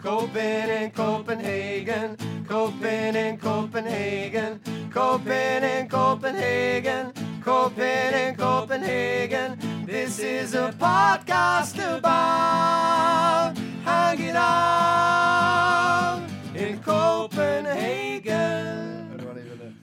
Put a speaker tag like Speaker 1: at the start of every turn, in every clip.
Speaker 1: Copenhagen, Copenhagen, Copenhagen, Copenhagen, Copenhagen, Copenhagen, Copenhagen, Copenhagen. This is a podcast about hanging out in Copenhagen.
Speaker 2: I don't even.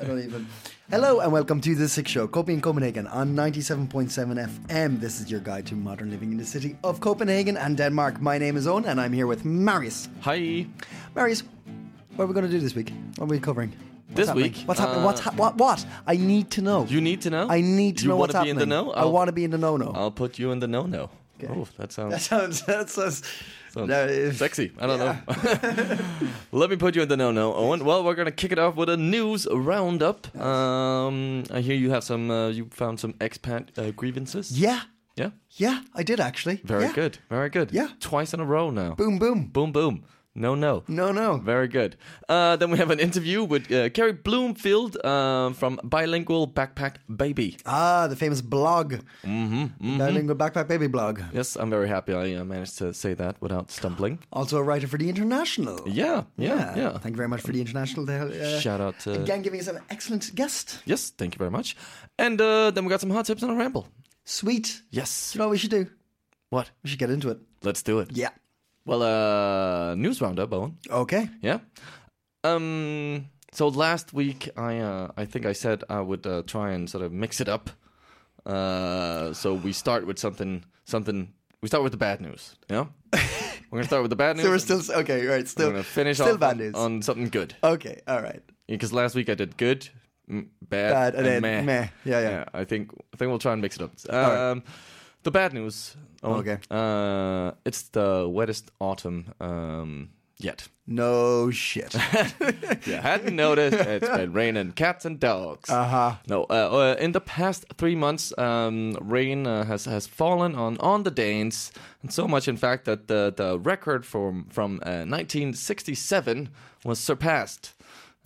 Speaker 2: I don't even. Hello and welcome to the Sick Show, Copenhagen, Copenhagen on 97.7 FM. This is your guide to modern living in the city of Copenhagen and Denmark. My name is Owen and I'm here with Marius.
Speaker 3: Hi.
Speaker 2: Marius, what are we going to do this week? What are we covering? What's
Speaker 3: This
Speaker 2: happening?
Speaker 3: week,
Speaker 2: What's happening?
Speaker 3: uh,
Speaker 2: what's ha- what? What? I need to know.
Speaker 3: You need to know?
Speaker 2: I need to
Speaker 3: you
Speaker 2: know what's
Speaker 3: wanna be
Speaker 2: happening.
Speaker 3: in the know?
Speaker 2: I want to be in the know-know.
Speaker 3: I'll put you in the no-no. Oh, that sounds,
Speaker 2: that sounds. That sounds.
Speaker 3: sounds
Speaker 2: that is-
Speaker 3: sexy. I don't know. Let me put you in the no-no, Owen. Well, we're gonna kick it off with a news roundup. Um, I hear you have some. Uh, you found some expat uh, grievances.
Speaker 2: Yeah,
Speaker 3: Yeah.
Speaker 2: yeah, I did actually.
Speaker 3: Very
Speaker 2: Yeah.
Speaker 3: good. Very good.
Speaker 2: Yeah.
Speaker 3: Twice in a row now.
Speaker 2: Boom, Mm. boom.
Speaker 3: Boom. Boom. No. No.
Speaker 2: No, no.
Speaker 3: Very good. Uh, then we have an interview with uh, Carrie Bloomfield um, from Bilingual Backpack Baby.
Speaker 2: Ah, the famous blog. Mm-hmm. Bilingual Backpack Baby blog.
Speaker 3: Yes, I'm very happy I uh, managed to say that without stumbling.
Speaker 2: Also a writer for the International.
Speaker 3: Yeah, yeah, yeah.
Speaker 2: Thank you very much for the International. They, uh,
Speaker 3: Shout out to-
Speaker 2: Again, giving us an excellent guest.
Speaker 3: Yes, thank you very much. And uh, then we got some hot tips and a ramble.
Speaker 2: Sweet.
Speaker 3: Yes.
Speaker 2: Do you know what we should do?
Speaker 3: What?
Speaker 2: We should get into it.
Speaker 3: Let's do it.
Speaker 2: Yeah.
Speaker 3: Well, uh, news roundup, Owen.
Speaker 2: Okay.
Speaker 3: Yeah. Um. So last week, I uh, I think I said I would uh, try and sort of mix it up. Uh, so we start with something something. We start with the bad news. Yeah. We're gonna start with the bad news.
Speaker 2: So we're still okay. Right.
Speaker 3: We're
Speaker 2: Still
Speaker 3: gonna finish
Speaker 2: Still
Speaker 3: off
Speaker 2: bad
Speaker 3: on-
Speaker 2: news.
Speaker 3: on something good.
Speaker 2: okay. All right.
Speaker 3: Because last week I did good, m- bad,
Speaker 2: Bad and
Speaker 3: and,
Speaker 2: then
Speaker 3: meh.
Speaker 2: meh. Yeah, yeah.
Speaker 3: I think I think we'll try and mix it up.
Speaker 2: right. Oh,
Speaker 3: Um, The bad news. Owen,
Speaker 2: Okay.
Speaker 3: Uh, it's the wettest autumn um, yet.
Speaker 2: No shit.
Speaker 3: If you hadn't noticed, it's been raining cats and dogs.
Speaker 2: Uh-huh.
Speaker 3: No, uh, uh, in the past three months, um, rain uh, has has fallen on on the Danes, and so much in fact that the the record from from uh, 1967 was surpassed.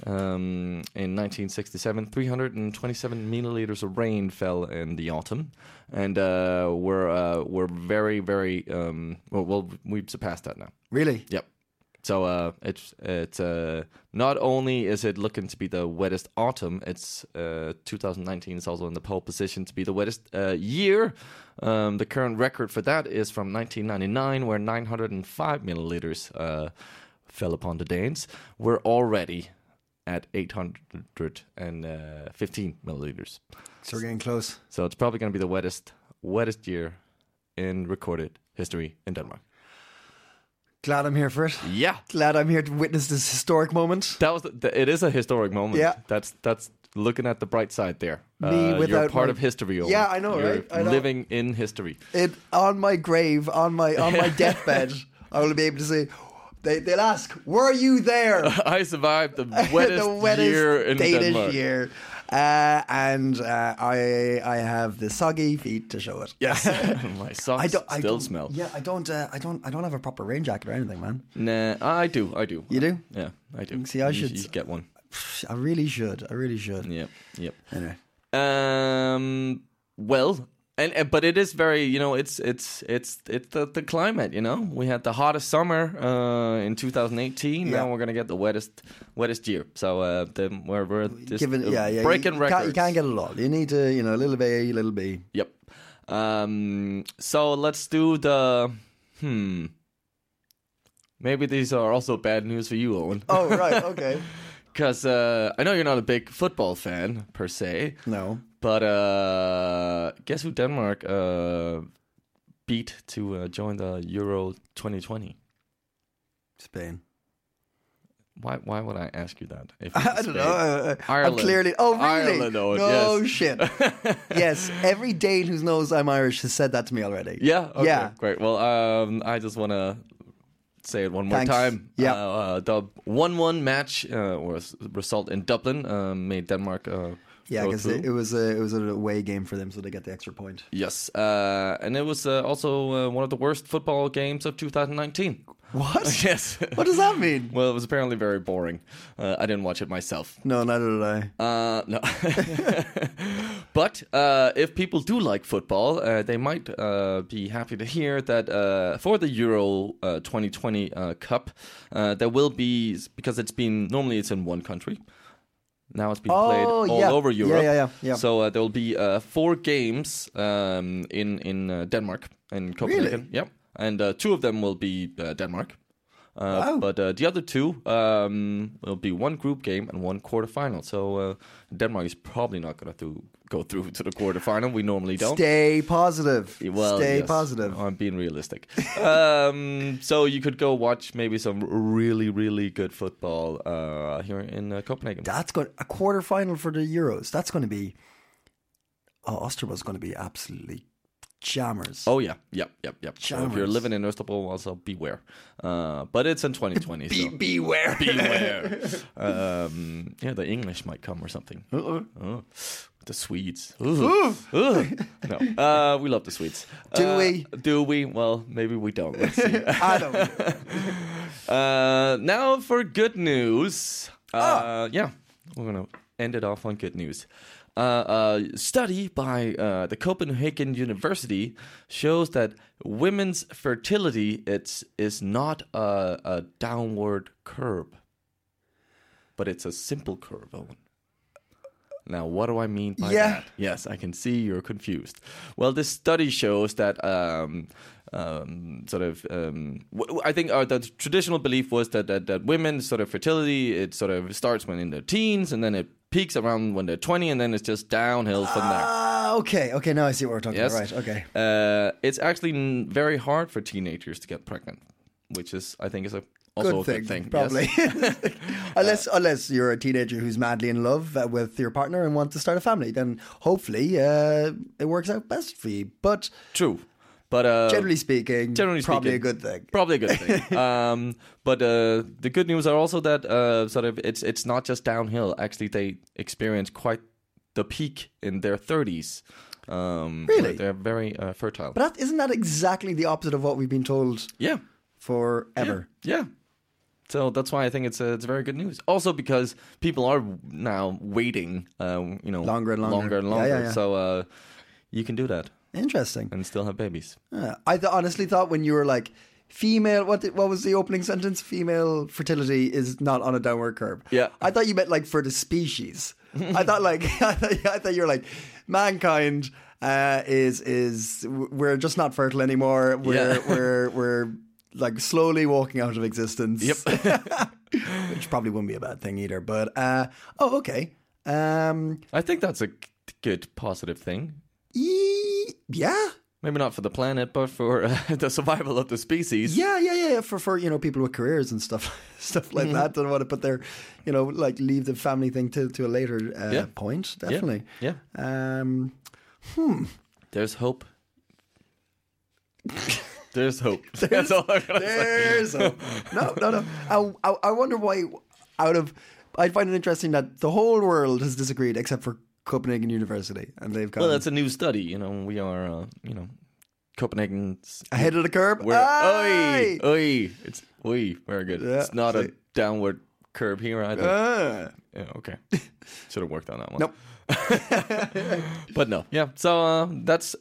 Speaker 3: Um, in 1967, 327 milliliters of rain fell in the autumn, and uh, we're uh, we're very very um, well, well we've surpassed that now.
Speaker 2: really?
Speaker 3: Yep. So uh, it's it's uh, not only is it looking to be the wettest autumn, it's uh, 2019 is also in the pole position to be the wettest uh, year. Um, the current record for that is from 1999, where 905 milliliters uh, fell upon the Danes. We're already at 815 milliliters,
Speaker 2: So we're getting close.
Speaker 3: so it's probably going to be the wettest wettest year in recorded history in Denmark.
Speaker 2: Glad I'm here for it.
Speaker 3: Yeah.
Speaker 2: Glad I'm here to witness this historic moment.
Speaker 3: That was the, th- it is a historic moment.
Speaker 2: Yeah.
Speaker 3: that's that's looking at the bright side there. Uh,
Speaker 2: Me
Speaker 3: you're
Speaker 2: without
Speaker 3: part
Speaker 2: my-
Speaker 3: of history. Owen.
Speaker 2: Yeah, I know,
Speaker 3: You're
Speaker 2: right? I know.
Speaker 3: Living in history.
Speaker 2: It on my grave, on my on my deathbed, I will be able to say. They, they'll ask, "Were you there?"
Speaker 3: I survived the wettest, year in
Speaker 2: Danish
Speaker 3: Denmark.
Speaker 2: year. Uh, and uh, I I have the soggy feet to show it.
Speaker 3: Yes, my socks
Speaker 2: I don't. I
Speaker 3: still
Speaker 2: don't,
Speaker 3: smell.
Speaker 2: Yeah, I don't. Uh, I don't. I don't have a proper rain jacket or anything, man.
Speaker 3: Nah, I do. I do.
Speaker 2: You do?
Speaker 3: Yeah, I do.
Speaker 2: See, I
Speaker 3: You-
Speaker 2: should-
Speaker 3: you get one.
Speaker 2: I really should. I really should.
Speaker 3: Yep, yep.
Speaker 2: Anyway,
Speaker 3: Um. Well, and, and but it is very, you know, it's it's it's it's the, the climate. You know, we had the hottest summer uh, in 2018.
Speaker 2: Yeah.
Speaker 3: Now we're gonna get the wettest wettest year. So uh, then we're we're just
Speaker 2: given,
Speaker 3: uh,
Speaker 2: yeah, yeah,
Speaker 3: breaking
Speaker 2: you
Speaker 3: records.
Speaker 2: Can't, you can't get a lot. You need to, you know, a little bit, a little bit.
Speaker 3: Yep. Um. So let's do the hmm. Maybe these are also bad news for you, Owen.
Speaker 2: Oh right, okay.
Speaker 3: Because uh, I know you're not a big football fan per se,
Speaker 2: No,
Speaker 3: But uh, guess who Denmark uh, beat to uh, join the Euro 2020?
Speaker 2: Spain.
Speaker 3: Why, why would I ask you that? If
Speaker 2: I
Speaker 3: it's
Speaker 2: don't know.
Speaker 3: Spain?
Speaker 2: uh, I'm
Speaker 3: Ireland.
Speaker 2: clearly. Oh, really?
Speaker 3: Ireland owned,
Speaker 2: no
Speaker 3: yes.
Speaker 2: shit. yes, every Dane who knows I'm Irish has said that to me already.
Speaker 3: Yeah. Okay,
Speaker 2: Yeah.
Speaker 3: Great. Well, um, I just want to say it one more
Speaker 2: Thanks.
Speaker 3: time.
Speaker 2: Yeah.
Speaker 3: Uh, uh, the one-one match uh, or s- result in Dublin um, made Denmark. Uh,
Speaker 2: Yeah,
Speaker 3: go
Speaker 2: because
Speaker 3: through.
Speaker 2: it, it was a it was an away game for them, so they get the extra point.
Speaker 3: Yes, uh, and it was uh, also uh, one of the worst football games of 2019.
Speaker 2: What?
Speaker 3: Yes.
Speaker 2: what does that mean?
Speaker 3: well, it was apparently very boring. Uh, I didn't watch it myself.
Speaker 2: No, neither did I.
Speaker 3: Uh, no. but uh, if people do like football, uh, they might uh, be happy to hear that uh, for the Euro uh, 2020 uh, Cup, uh, there will be because it's been normally it's in one country. Now it's being played
Speaker 2: Oh,
Speaker 3: all
Speaker 2: yeah.
Speaker 3: over
Speaker 2: Yeah,
Speaker 3: Europe.
Speaker 2: yeah, yeah, yeah.
Speaker 3: So uh, there will be uh, four games um, in in uh, Denmark in Copenhagen. Yep, and uh, two of them will be uh, Denmark. Uh,
Speaker 2: Wow.
Speaker 3: But uh, the other two um, will be one group game and one quarterfinal. So uh, Denmark is probably not going to go through to the quarterfinal. We normally don't. Eh,
Speaker 2: Stay positive.
Speaker 3: Well,
Speaker 2: Stay
Speaker 3: yes,
Speaker 2: positive.
Speaker 3: I'm being realistic. um, so you could go watch maybe some really, really good football uh, here in uh, Copenhagen.
Speaker 2: That's going a quarter final for the Euros. That's going to be. Oh, Osterbo's going to be absolutely jammers.
Speaker 3: Oh yeah, yep, yep, yep. So if you're
Speaker 2: Jammers.
Speaker 3: living in Istanbul, also beware. Uh, but it's in 2020, so
Speaker 2: beware.
Speaker 3: beware. um, yeah, the English might come or something.
Speaker 2: Uh-uh.
Speaker 3: Oh, the Swedes. Ooh. Ooh. No, uh, we love the Swedes.
Speaker 2: Do
Speaker 3: Uh,
Speaker 2: we?
Speaker 3: Do we? Well, maybe we don't. Let's see.
Speaker 2: I don't.
Speaker 3: uh, now for good news.
Speaker 2: Ah.
Speaker 3: Uh, Yeah, we're gonna end it off on good news. Uh, a study by uh, the Copenhagen University shows that women's fertility it's is not a, a downward curve, but it's a simple curve, Owen. Now, what do I mean by
Speaker 2: Yeah.
Speaker 3: that? Yes, I can see you're confused. Well, this study shows that um, um, sort of um, w- w- I think uh, the traditional belief was that, that that women's sort of fertility it sort of starts when in their teens and then it peaks around when they're 20 and then it's just downhill from there.
Speaker 2: Ah, okay. Okay, now I see what we're talking
Speaker 3: Yes.
Speaker 2: about. Right. Okay.
Speaker 3: Uh, it's actually n- very hard for teenagers to get pregnant, which is I think is a also a good thing. yes. Uh,
Speaker 2: probably. unless unless you're a teenager who's madly in love uh, with your partner and want to start a family, then hopefully uh, it works out best for you. But
Speaker 3: True, but uh,
Speaker 2: generally speaking,
Speaker 3: generally
Speaker 2: probably
Speaker 3: speaking,
Speaker 2: a good thing.
Speaker 3: Probably a good thing. um, but uh, the good news are also that uh, sort of it's it's not just downhill. Actually, they experience quite the peak in their thirties. Um, where
Speaker 2: Really?
Speaker 3: they're very uh, fertile.
Speaker 2: But that, isn't that exactly the opposite of what we've been told
Speaker 3: yeah,
Speaker 2: forever?
Speaker 3: yeah. So that's why I think it's uh, it's very good news. Also because people are now waiting, um, you know,
Speaker 2: Longer and longer.
Speaker 3: longer and
Speaker 2: Yeah,
Speaker 3: longer.
Speaker 2: yeah, yeah.
Speaker 3: So uh, you can do that
Speaker 2: Interesting.
Speaker 3: and still have babies.
Speaker 2: Yeah. I th- honestly thought when you were like female, what did, what was the opening sentence? Female fertility is not on a downward curve.
Speaker 3: Yeah.
Speaker 2: I thought you meant like for the species. I thought like I thought, I thought you were like mankind uh, is is we're just not fertile anymore. We're
Speaker 3: Yeah.
Speaker 2: we're we're like slowly walking out of existence. Yep. Which probably wouldn't be a bad thing either. But uh, oh, okay. Um,
Speaker 3: I think that's a g- good positive thing.
Speaker 2: e- yeah.
Speaker 3: Maybe not for the planet, but for uh, the survival of the species.
Speaker 2: Yeah, yeah, yeah. yeah, For for you know people with careers and stuff stuff
Speaker 3: Mm-hmm.
Speaker 2: like that don't want to put their you know like leave the family thing to to a later uh,
Speaker 3: Yeah.
Speaker 2: point. Definitely.
Speaker 3: Yeah.
Speaker 2: Um,
Speaker 3: There's hope. There's hope. That's all I'm gonna say.
Speaker 2: there's a, no no no. I, I I wonder why out of I find it interesting that the whole world has disagreed except for Copenhagen University and they've gone
Speaker 3: Well, that's a new study. You know, we are, uh, you know, Copenhagen's.
Speaker 2: ahead of the curb.
Speaker 3: We're,
Speaker 2: Aye!
Speaker 3: oi, oi. It's oi. Very good.
Speaker 2: Yeah,
Speaker 3: it's not a
Speaker 2: see.
Speaker 3: downward curve here either.
Speaker 2: Ah.
Speaker 3: yeah, okay. Should have worked on that one.
Speaker 2: Nope.
Speaker 3: But no. Yeah. So uh, that's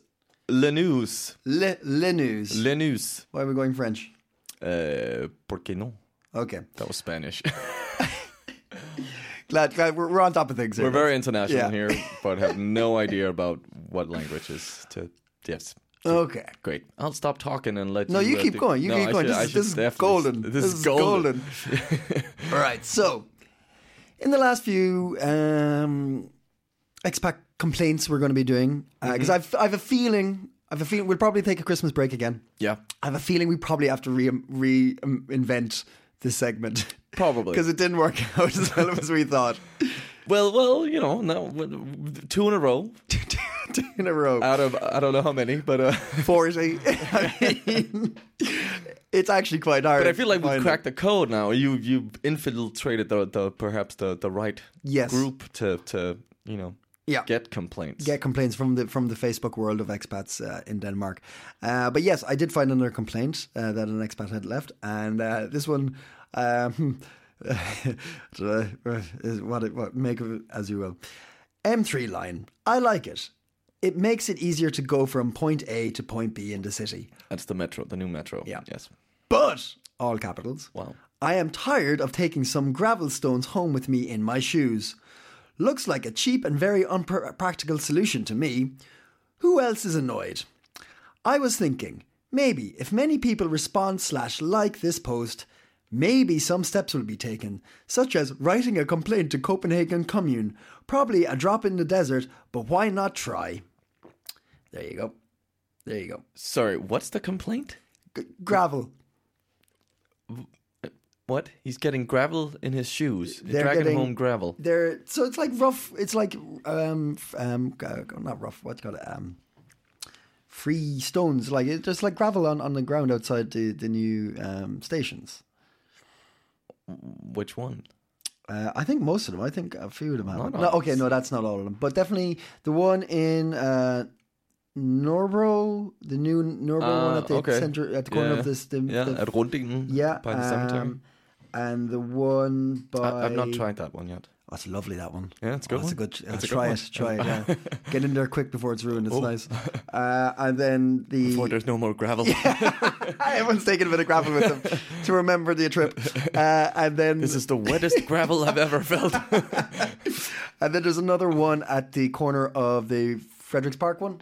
Speaker 3: le news.
Speaker 2: Le, le news.
Speaker 3: Le news.
Speaker 2: why are we going French?
Speaker 3: Uh, por qué no?
Speaker 2: Okay.
Speaker 3: That was Spanish.
Speaker 2: Glad, glad we're, we're on top of things here.
Speaker 3: We're very international
Speaker 2: Yeah.
Speaker 3: here, but have no idea about what languages to. Yes.
Speaker 2: Okay.
Speaker 3: Great. I'll stop talking and let
Speaker 2: No,
Speaker 3: you.
Speaker 2: you
Speaker 3: uh,
Speaker 2: keep
Speaker 3: do-
Speaker 2: going. You
Speaker 3: No,
Speaker 2: keep
Speaker 3: I
Speaker 2: going.
Speaker 3: should- I
Speaker 2: this, is-
Speaker 3: should
Speaker 2: this is
Speaker 3: definitely-
Speaker 2: golden.
Speaker 3: This is golden.
Speaker 2: All right. So, in the last few um, expat complaints we're going to be doing, because
Speaker 3: Mm-hmm.
Speaker 2: I've I've a feeling I've a feeling we'll probably take a Christmas break again.
Speaker 3: Yeah.
Speaker 2: I have a feeling we probably have to re reinvent this segment.
Speaker 3: Probably.
Speaker 2: because it didn't work out as well as we thought.
Speaker 3: Well, well, you know, no, two in a row
Speaker 2: Two in a row.
Speaker 3: out of I don't know how many, but uh,
Speaker 2: 40. I mean, it's actually quite hard.
Speaker 3: but I feel like
Speaker 2: to
Speaker 3: we
Speaker 2: find
Speaker 3: cracked the code now. You you infiltrated the, the perhaps the, the right
Speaker 2: Yes.
Speaker 3: group to to you know
Speaker 2: it. Yeah.
Speaker 3: get complaints.
Speaker 2: get complaints from the from the Facebook world of expats uh, in Denmark. Uh, but yes, I did find another complaint uh, that an expat had left, and uh, this one. Um, is what it, what make of it as you will. M3 line. I like it. It makes it easier to go from point A to point B in the city.
Speaker 3: That's the metro, the new metro.
Speaker 2: Yeah.
Speaker 3: Yes.
Speaker 2: But all capitals.
Speaker 3: Wow.
Speaker 2: I am tired of taking some gravel stones home with me in my shoes. Looks like a cheap and very unpractical solution to me. Who else is annoyed? I was thinking, maybe if many people respond slash like this post, maybe some steps will be taken, such as writing a complaint to Copenhagen Commune, probably a drop in the desert, but why not try? There you go. There you go.
Speaker 3: Sorry, what's the complaint?
Speaker 2: G- gravel.
Speaker 3: What? He's getting gravel in his shoes. He's
Speaker 2: They're
Speaker 3: dragging
Speaker 2: getting-
Speaker 3: home gravel.
Speaker 2: They're so it's like rough. It's like um f- um uh, not rough. What got it? Um, free stones. Like it's just like gravel on, on the ground outside the the new um stations.
Speaker 3: Which one?
Speaker 2: Uh, I think most of them. I think a few of them have.
Speaker 3: Not
Speaker 2: No,
Speaker 3: all.
Speaker 2: okay, no, that's not all of them, but definitely the one in uh, Norbro, the new Norbro one
Speaker 3: Ah,
Speaker 2: at the
Speaker 3: okay.
Speaker 2: center at the corner
Speaker 3: Yeah,
Speaker 2: of this. The,
Speaker 3: Yeah,
Speaker 2: the-
Speaker 3: at Rundingen.
Speaker 2: yeah,
Speaker 3: by the cemetery.
Speaker 2: um, and the one by
Speaker 3: I, I've not tried that one yet.
Speaker 2: Oh, it's lovely that one. Oh,
Speaker 3: Yeah, it's a good
Speaker 2: That's a
Speaker 3: one.
Speaker 2: good. uh,
Speaker 3: It's a good
Speaker 2: try
Speaker 3: one. Oh.
Speaker 2: it. Try it. Yeah. Get in there quick before it's ruined. It's nice. Uh, and then the
Speaker 3: Before there's no more gravel.
Speaker 2: everyone's taking a bit of gravel with them to remember the trip. Uh, and then
Speaker 3: this is the wettest gravel I've ever felt.
Speaker 2: and then there's another one at the corner of the Fredericks Park one,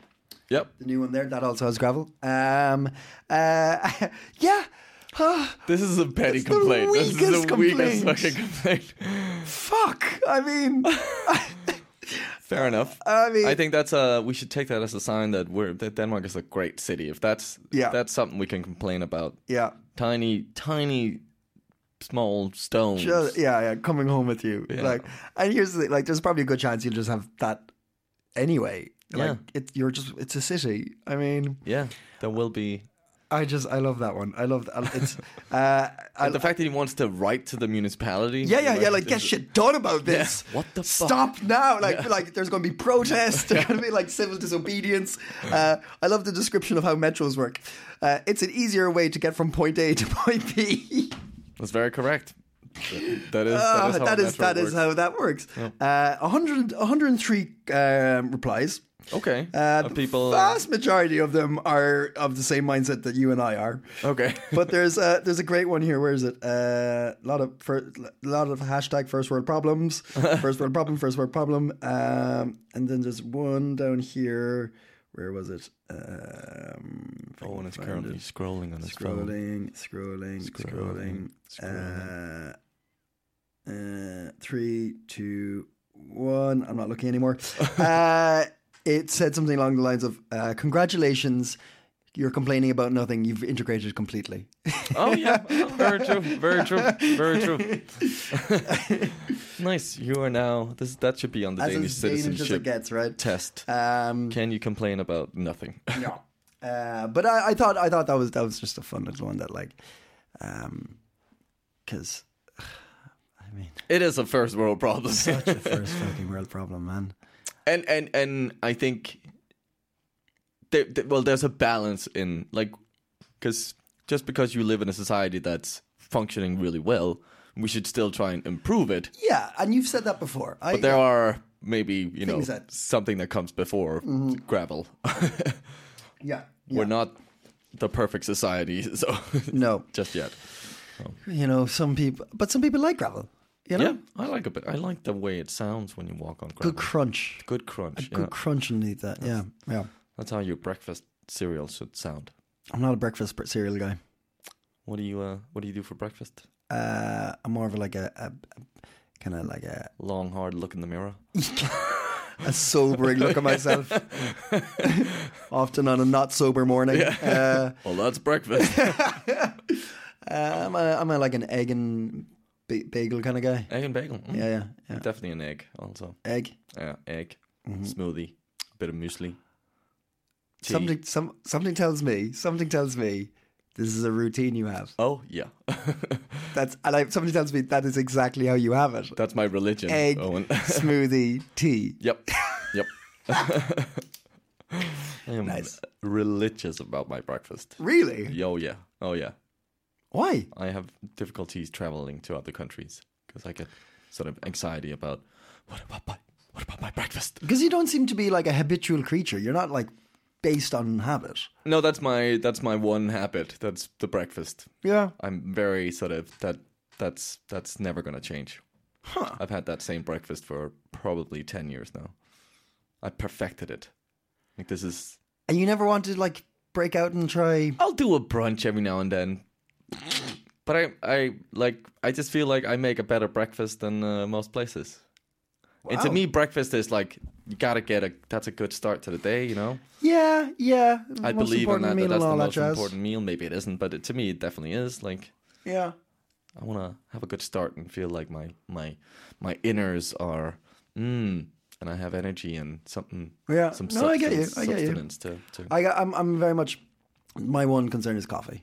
Speaker 3: yep.
Speaker 2: the new one there that also has gravel. Um, uh, yeah.
Speaker 3: This is a petty
Speaker 2: It's the
Speaker 3: complaint. This is
Speaker 2: weakest
Speaker 3: the weakest
Speaker 2: complaint.
Speaker 3: fucking complaint.
Speaker 2: Fuck. I mean,
Speaker 3: Fair enough.
Speaker 2: I mean-
Speaker 3: I think that's uh we should take that as a sign that we're that Denmark is a great city. If that's
Speaker 2: Yeah.
Speaker 3: that's something we can complain about.
Speaker 2: yeah.
Speaker 3: Tiny, tiny, small stones.
Speaker 2: Just- yeah, yeah, coming home with you. Like, and here's the thing, like, there's probably a good chance you'll just have that anyway. Like,
Speaker 3: Yeah.
Speaker 2: it, you're just, it's a city. I mean,
Speaker 3: Yeah, there will be.
Speaker 2: I just, I love that one. I love that. It's, uh, I,
Speaker 3: And the fact that he wants to write to the municipality.
Speaker 2: yeah, yeah, yeah. Like, get shit done about this.
Speaker 3: What the fuck?
Speaker 2: Stop now! Like, like there's going to be protests. There's going to be like civil disobedience. Uh, I love the description of how metros work. Uh, it's an easier way to get from point A to point B.
Speaker 3: That's very correct. That is
Speaker 2: Ah,
Speaker 3: that is how
Speaker 2: that is
Speaker 3: metro
Speaker 2: that is
Speaker 3: works.
Speaker 2: how that works. Uh, 100, 103 um, replies.
Speaker 3: okay.
Speaker 2: Uh,
Speaker 3: Uh,
Speaker 2: the
Speaker 3: people.
Speaker 2: vast majority of them are of the same mindset that you and I are.
Speaker 3: okay.
Speaker 2: But there's a there's a great one here. Where is it? A uh, lot of fir- lot of hashtag first world problems, first world problem, first world problem. Um, and then there's one down here. Where was it? Um, if I
Speaker 3: oh,
Speaker 2: can
Speaker 3: and it's
Speaker 2: find
Speaker 3: currently
Speaker 2: it.
Speaker 3: scrolling on his phone.
Speaker 2: Scrolling, scrolling, scrolling.
Speaker 3: Scrolling,
Speaker 2: Uh, uh, three, two, one. I'm not looking anymore. uh, it said something along the lines of uh, Congratulations, you're complaining about nothing. You've integrated completely.
Speaker 3: Oh yeah, Oh, very true, very true, very true. nice. You are now. This that should be on the
Speaker 2: As
Speaker 3: Danish
Speaker 2: as Danish as it
Speaker 3: citizenship
Speaker 2: gets, right?
Speaker 3: test.
Speaker 2: Um,
Speaker 3: Can you complain about nothing?
Speaker 2: no. Uh, but I, I thought I thought that was that was just a fun little one that like, um, because I mean,
Speaker 3: it is a first world problem.
Speaker 2: such a first fucking world problem, man.
Speaker 3: and and and I think there, there- well, there's a balance in like because just because you live in a society that's functioning really well, we should still try and improve it.
Speaker 2: Yeah, and you've said that before. I,
Speaker 3: But there are maybe you know
Speaker 2: Things that-
Speaker 3: something that comes before gravel.
Speaker 2: yeah,
Speaker 3: We're
Speaker 2: yeah.
Speaker 3: not the perfect society, so
Speaker 2: No,
Speaker 3: just yet.
Speaker 2: you know, some people, but some people like gravel. You know,
Speaker 3: Yeah, I like a bit. I like the way it sounds when you walk on gravel.
Speaker 2: good
Speaker 3: Good,
Speaker 2: crunch,
Speaker 3: crunch. yeah.
Speaker 2: good crunch underneath that. Yeah, yeah.
Speaker 3: That's how your breakfast cereal should sound.
Speaker 2: I'm not a breakfast per- cereal guy.
Speaker 3: What do you uh, What do you do for breakfast?
Speaker 2: Uh, I'm more of like a, a, kind of like a,
Speaker 3: Long, hard look in the mirror.
Speaker 2: a sobering look at myself. Often on a not sober morning. Uh,
Speaker 3: Well, that's breakfast.
Speaker 2: uh, I'm, a, I'm a, like an egg and Ba- bagel kind of guy.
Speaker 3: Egg and bagel. Mm.
Speaker 2: Yeah, yeah, yeah.
Speaker 3: Definitely an egg also.
Speaker 2: Egg.
Speaker 3: Yeah, egg,
Speaker 2: Mm-hmm.
Speaker 3: smoothie, bit of muesli. tea.
Speaker 2: Something, some, something tells me. Something tells me this is a routine you have.
Speaker 3: Oh, yeah.
Speaker 2: That's and I, something tells me that is exactly how you have it.
Speaker 3: That's my religion,
Speaker 2: Egg
Speaker 3: Owen.
Speaker 2: smoothie tea.
Speaker 3: yep. Yep. I am
Speaker 2: Nice.
Speaker 3: religious about my breakfast.
Speaker 2: Really?
Speaker 3: Yo, yeah. Oh, yeah.
Speaker 2: Why?
Speaker 3: I have difficulties traveling to other countries because I get sort of anxiety about what about my what about my breakfast?
Speaker 2: Because you don't seem to be like a habitual creature. You're not like based on habit.
Speaker 3: No, that's my that's my one habit. That's the breakfast.
Speaker 2: Yeah.
Speaker 3: I'm very sort of that that's that's never gonna change. I've had that same breakfast for probably ten years now. I perfected it. Like this is
Speaker 2: And you never wanted to like break out and try.
Speaker 3: I'll do a brunch every now and then. But I, I like, I just feel like I make a better breakfast than uh, most places. And to
Speaker 2: Wow.
Speaker 3: me, breakfast is like you gotta get a. That's a good start to the day, you know.
Speaker 2: Yeah, yeah.
Speaker 3: I
Speaker 2: most
Speaker 3: believe in
Speaker 2: important
Speaker 3: that.
Speaker 2: meal
Speaker 3: that that's
Speaker 2: and
Speaker 3: the
Speaker 2: all
Speaker 3: most
Speaker 2: jazz.
Speaker 3: important meal. Maybe it isn't, but it, to me, it definitely is. Like
Speaker 2: Yeah.
Speaker 3: I wanna have a good start and feel like my my my inners are mm, and I have energy and something.
Speaker 2: Yeah.
Speaker 3: Some
Speaker 2: No, I get you.
Speaker 3: substance-
Speaker 2: I get you.
Speaker 3: substance To, to
Speaker 2: I got, I'm, I'm very much. My one concern is coffee.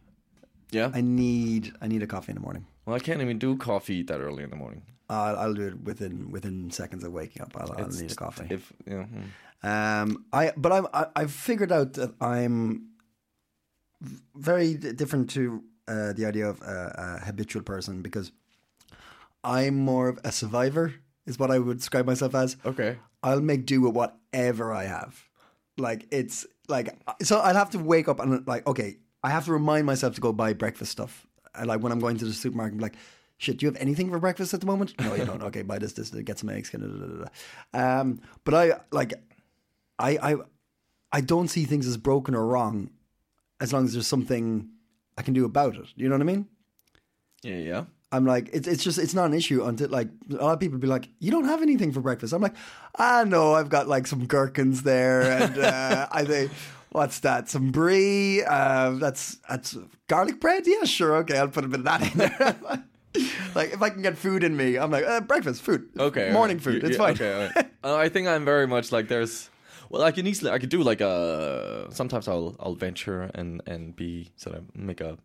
Speaker 3: yeah.
Speaker 2: I need, I need a coffee in the morning.
Speaker 3: well, I can't even do coffee that early in the morning.
Speaker 2: I'll, I'll do it within within seconds of waking up. I'll, I'll need a coffee.
Speaker 3: If yeah. mm.
Speaker 2: Um, I but I'm I, I've figured out that I'm v- very d- different to uh, the idea of a, a habitual person because I'm more of a survivor is what I would describe myself as.
Speaker 3: Okay.
Speaker 2: I'll make do with whatever I have. Like it's like so I'll have to wake up and like okay, I have to remind myself to go buy breakfast stuff. And like when I'm going to the supermarket, I'm like, shit, do you have anything for breakfast at the moment? No, you don't. okay, buy this, this, this, get some eggs. Da, da, da, da, da. Um, but I like, I, I, I don't see things as broken or wrong, as long as there's something I can do about it. You know what I mean?
Speaker 3: Yeah, yeah.
Speaker 2: I'm like, it's it's just it's not an issue until like a lot of people be like, you don't have anything for breakfast. I'm like, ah no, I've got like some gherkins there, and uh, I think what's that? Some brie? Uh, that's that's garlic bread? Yeah, sure, okay, I'll put a bit of that in there. like if I can get food in me, I'm like uh, breakfast food,
Speaker 3: Okay.
Speaker 2: morning
Speaker 3: alright.
Speaker 2: food,
Speaker 3: Y-
Speaker 2: it's
Speaker 3: yeah,
Speaker 2: fine.
Speaker 3: Okay, alright. Uh, I think I'm very much like there's. Well, I can easily I could do like a. Sometimes I'll I'll venture and and be sort of make a,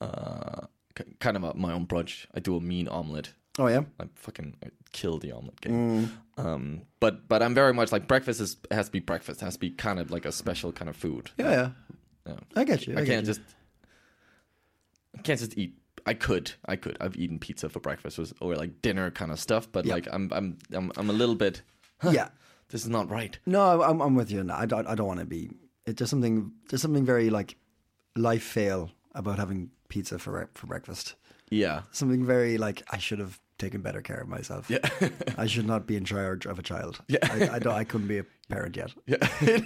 Speaker 3: uh, k- kind of a, my own brunch. I do a mean omelet.
Speaker 2: Oh yeah,
Speaker 3: I fucking I kill the omelet game.
Speaker 2: Mm.
Speaker 3: Um, but but I'm very much like breakfast is has to be breakfast. Has to be kind of like a special kind of food.
Speaker 2: yeah, yeah.
Speaker 3: Yeah.
Speaker 2: I get you. I,
Speaker 3: I
Speaker 2: get
Speaker 3: can't
Speaker 2: you.
Speaker 3: just I can't just eat. I could, I could. I've eaten pizza for breakfast or- or like dinner kind of stuff, but like I'm, I'm, I'm, I'm a little bit. "Huh,
Speaker 2: yeah.
Speaker 3: this is not right.
Speaker 2: No, I'm I'm with you. on that. I don't I don't want to be. It, there's something there's something very like life fail about having pizza for re- for breakfast.
Speaker 3: Yeah,
Speaker 2: Something very like I should have taken better care of myself. Yeah, I should not be in charge of a child. Yeah, I, I don't. I couldn't be a parent yet. Yeah,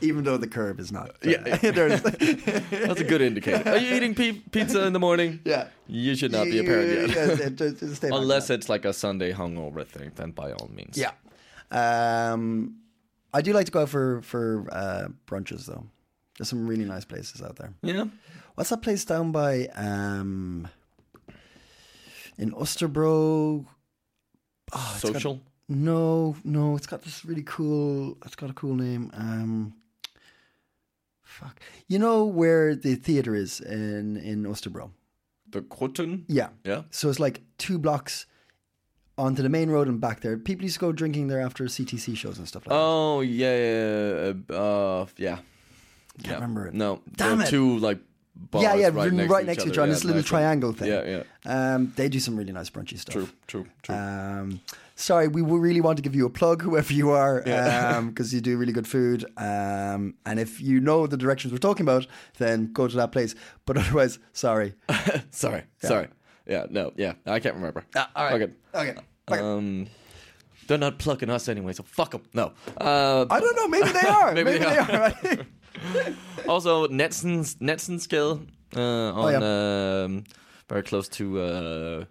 Speaker 2: even though the curb is not. Yeah, there's,
Speaker 3: that's a good indicator. Are you eating pi- pizza in the morning?
Speaker 2: yeah.
Speaker 3: you should not be a parent yet.
Speaker 2: Yeah, it- it- it- stay like
Speaker 3: Unless
Speaker 2: that.
Speaker 3: it's like a Sunday hungover thing, then by all means.
Speaker 2: yeah. Um, I do like to go out for for uh, brunches though. There's some really nice places out there.
Speaker 3: yeah.
Speaker 2: What's that place down by um in Osterbro? Oh,
Speaker 3: Social.
Speaker 2: No, no, it's got this really cool it's got a cool name. Um fuck. You know where the theater is in in Osterbro?
Speaker 3: The Kroten.
Speaker 2: Yeah.
Speaker 3: Yeah.
Speaker 2: So it's like two blocks onto the main road and back there. People used to go drinking there after CTC shows and stuff like that.
Speaker 3: Oh yeah, yeah, yeah, uh, yeah.
Speaker 2: I can't remember it.
Speaker 3: Oh, No,
Speaker 2: Damn
Speaker 3: the
Speaker 2: it.
Speaker 3: two like bars
Speaker 2: yeah, yeah,
Speaker 3: right next,
Speaker 2: each
Speaker 3: to, each
Speaker 2: other on
Speaker 3: yeah,
Speaker 2: this little
Speaker 3: nice.
Speaker 2: triangle thing.
Speaker 3: Yeah, yeah.
Speaker 2: Um, they do some really nice brunchy stuff.
Speaker 3: True, true, true.
Speaker 2: Um, sorry, we will really want to give you a plug, whoever you are, because you do really good food. Um, and if you know the directions we're talking about, then go to that place. But otherwise, sorry.
Speaker 3: sorry, sorry. Yeah, no, yeah, I can't remember. all right. Okay.
Speaker 2: Ah, Okay.
Speaker 3: Um, they're not plucking us anyway, so fuck them. No. Uh,
Speaker 2: I don't know. Maybe they are.
Speaker 3: Maybe
Speaker 2: maybe,
Speaker 3: they
Speaker 2: they are. right?
Speaker 3: also, Netson's Netson's Gade, uh, on um, very close to uh,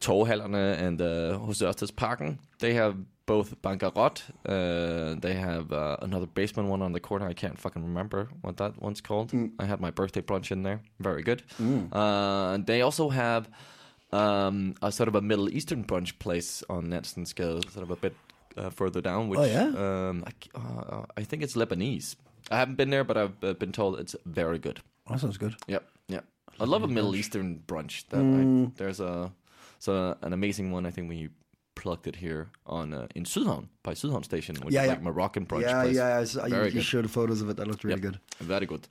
Speaker 3: Torvhallerne and uh, hos Parken. They have both Bankarot. Uh, they have uh, another basement one on the corner. I can't fucking remember what that one's
Speaker 2: Mm.
Speaker 3: called. I had my birthday brunch in there. Very good. Uh, they also have um, a sort of a Middle Eastern brunch place on Netson's Go, sort of a bit uh, further down. Which,
Speaker 2: Oh, yeah?
Speaker 3: um, I, c- uh, I think it's Lebanese. I haven't been there, but I've uh, been told it's very good.
Speaker 2: That sounds good.
Speaker 3: Yep, yep. I love a Middle Eastern brunch. That
Speaker 2: Mm.
Speaker 3: I, there's a so an amazing one. I think we plugged it here on uh, in Sudan by Sudan Station, which
Speaker 2: Yeah,
Speaker 3: is
Speaker 2: yeah.
Speaker 3: like Moroccan brunch.
Speaker 2: yeah,
Speaker 3: place.
Speaker 2: yeah. I saw- you,
Speaker 3: Very
Speaker 2: you
Speaker 3: good.
Speaker 2: showed photos of it. That looked really
Speaker 3: Yep.
Speaker 2: good.
Speaker 3: Very good.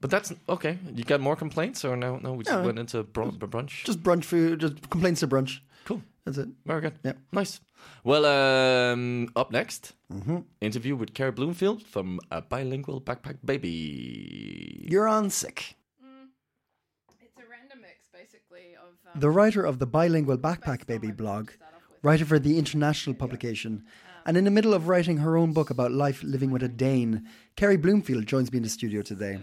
Speaker 3: But that's okay. You got more complaints, or no? No, we just
Speaker 2: No.
Speaker 3: went into brun- brunch.
Speaker 2: Just brunch food. Just complaints to brunch.
Speaker 3: cool.
Speaker 2: That's it.
Speaker 3: Very good.
Speaker 2: Yeah.
Speaker 3: Nice. Well, um, up next,
Speaker 2: Mm-hmm.
Speaker 3: interview with Cara Bloomfield from a bilingual backpack baby.
Speaker 2: You're on sick.
Speaker 4: It's a random mix, basically, of um,
Speaker 2: The writer of the bilingual backpack baby blog, writer for the international publication, and in the middle of writing her own book about life living with a Dane, Carrie Bloomfield joins me in the studio today.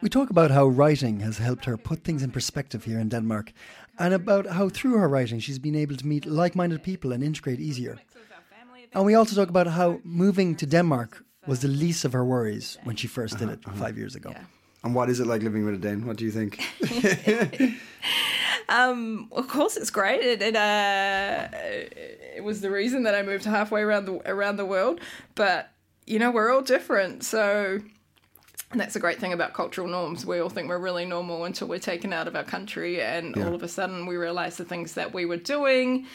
Speaker 2: We talk about how writing has helped her put things in perspective here in Denmark, and about how through her writing she's been able to meet like minded people and integrate easier.
Speaker 4: sort of our family
Speaker 2: And we also talk about how moving to Denmark was the least of her worries when she first did it five years ago.
Speaker 5: And what is it like living with a Dane? What do you think?
Speaker 4: Of course, it's great. It it, uh, it was the reason that I moved halfway around the around the world. But you know, we're all different, so. And that's the great thing about cultural norms. We all think we're really normal until we're taken out of our country, and all of a sudden we realize the things that we were doing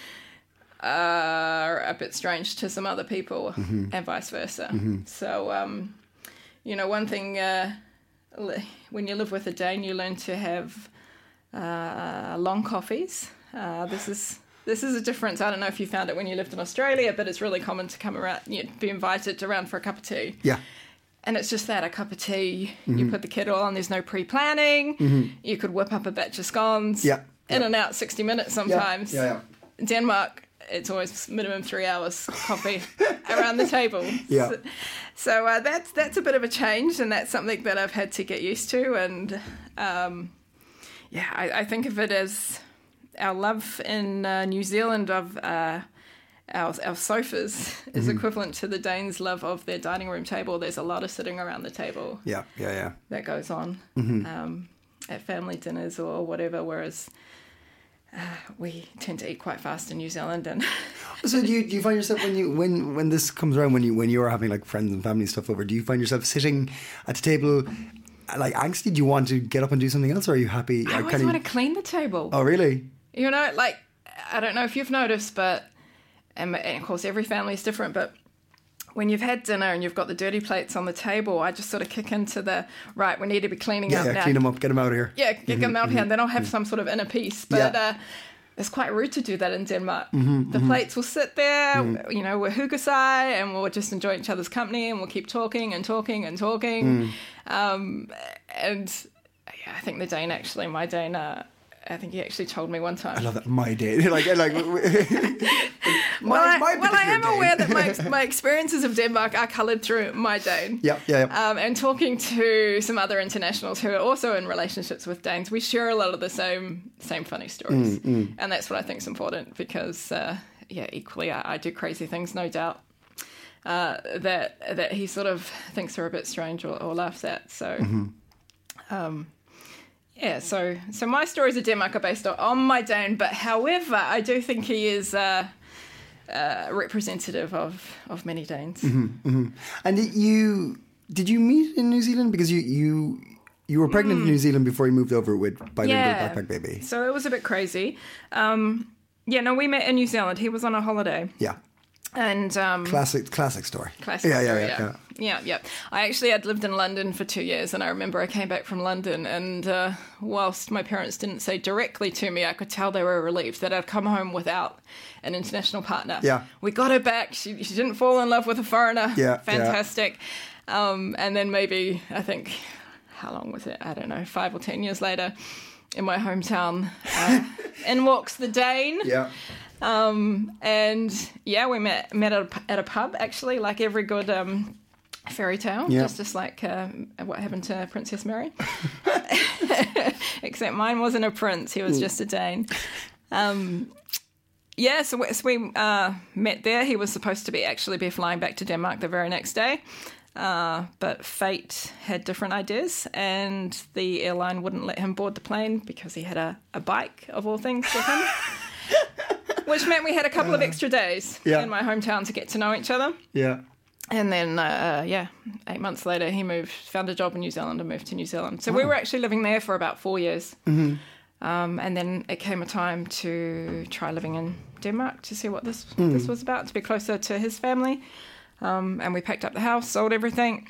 Speaker 4: are a bit strange to some other people, and vice versa. So, um, you know, one thing uh, li- when you live with a Dane, you learn to have uh, long coffees. Uh, this is this is a difference. I don't know if you found it when you lived in Australia, but it's really common to come around, you know, be invited around for a cup of tea.
Speaker 5: yeah. Mm-hmm.
Speaker 4: And it's just that a cup of tea. You put the kettle on. There's no pre-planning. You could whip up a batch of scones.
Speaker 5: Yeah,
Speaker 4: In and out, sixty minutes sometimes.
Speaker 5: Yeah, yeah.
Speaker 4: Denmark, it's always minimum three hours coffee around the table.
Speaker 5: Yeah.
Speaker 4: So, so, uh, that's that's a bit of a change, and that's something that I've had to get used to. And um, yeah, I, I think of it as our love in uh, New Zealand of uh, our, our sofas is equivalent to the Danes' love of their dining room table. There's a lot of sitting around the table
Speaker 5: Yeah, yeah, yeah.
Speaker 4: that goes on um, at family dinners or whatever, whereas uh, we tend to eat quite fast in New Zealand and
Speaker 5: So do you, do you find yourself when you when when this comes around when you when you are having like friends and family stuff over, do you find yourself sitting at the table uh, like angsty? Do you want to get up and do something else or are you happy?
Speaker 4: I
Speaker 5: Like,
Speaker 4: always
Speaker 5: can you-
Speaker 4: want to clean the table.
Speaker 5: oh really?
Speaker 4: You know, like I don't know if you've noticed, but and, and of course every family is different, but when you've had dinner and you've got the dirty plates on the table, I just sort of kick into the right. We need to be cleaning
Speaker 5: Yeah,
Speaker 4: up
Speaker 5: yeah
Speaker 4: now.
Speaker 5: clean them up, get them out of here.
Speaker 4: Yeah, kick them out here, and then I'll have some sort of inner peace. But
Speaker 5: Yeah. Mm-hmm,
Speaker 4: uh, it's quite rude to do that in Denmark. the plates will sit there, you know, we're hugasai, and we'll just enjoy each other's company, and we'll keep talking and talking and talking.
Speaker 5: Mm.
Speaker 4: Um, and yeah, I think the Dane actually, my Dane, uh, I think he actually told me one time.
Speaker 5: I love that my Dane. like like
Speaker 4: well, I,
Speaker 5: my
Speaker 4: well, I
Speaker 5: particular
Speaker 4: am
Speaker 5: Dane.
Speaker 4: aware that my, my experiences of Denmark are coloured through my Dane.
Speaker 5: Yeah, yeah, yeah.
Speaker 4: um, and talking to some other internationals who are also in relationships with Danes, we share a lot of the same same funny stories, and that's what I think is important because uh, yeah, equally I, I do crazy things, no doubt. Uh, that that he sort of thinks are a bit strange or, or laughs at. So, um, yeah. So so my stories of Denmark are based on, on my Dane, but however, I do think he is. Uh, uh, representative of, of many Danes. Uh,
Speaker 5: And did you did you meet in New Zealand because you you you were pregnant
Speaker 4: Mm.
Speaker 5: in New Zealand before you moved over with bilingual backpack baby.
Speaker 4: So it was a bit crazy. Um, yeah, no, we met in New Zealand. He was on a holiday,
Speaker 5: Yeah.
Speaker 4: and um,
Speaker 5: Classic classic story.
Speaker 4: classic
Speaker 5: yeah, yeah,
Speaker 4: story,
Speaker 5: yeah, yeah.
Speaker 4: yeah, yeah. I actually had lived in London for two years, and I remember I came back from London, and uh, whilst my parents didn't say directly to me, I could tell they were relieved that I'd come home without an international partner.
Speaker 5: Yeah.
Speaker 4: we got her back. She she didn't fall in love with a foreigner.
Speaker 5: Yeah, yeah.
Speaker 4: fantastic. Um, and then maybe I think how long was it? I don't know, five or ten years later. In my hometown, uh, in walks the Dane.
Speaker 5: Yeah.
Speaker 4: Um, and yeah, we met met at a, pu- at a pub actually, like every good um, fairy tale,
Speaker 5: Yeah.
Speaker 4: just just like um, what happened to Princess Mary. Except mine wasn't a prince; he was just a Dane. Um, yeah, so we, so we uh, met there. He was supposed to be actually be flying back to Denmark the very next day. Uh, but fate had different ideas, and the airline wouldn't let him board the plane because he had a, a bike, of all things, with him. Which meant we had a couple of extra days
Speaker 2: yeah.
Speaker 4: in my hometown to get to know each other.
Speaker 2: Yeah.
Speaker 4: And then, uh, uh, yeah, eight months later, he moved, found a job in New Zealand and moved to New Zealand. So we were actually living there for about four years. Um, and then it came a time to try living in Denmark to see what this, this was about, to be closer to his family. Um, and we packed up the house, sold everything.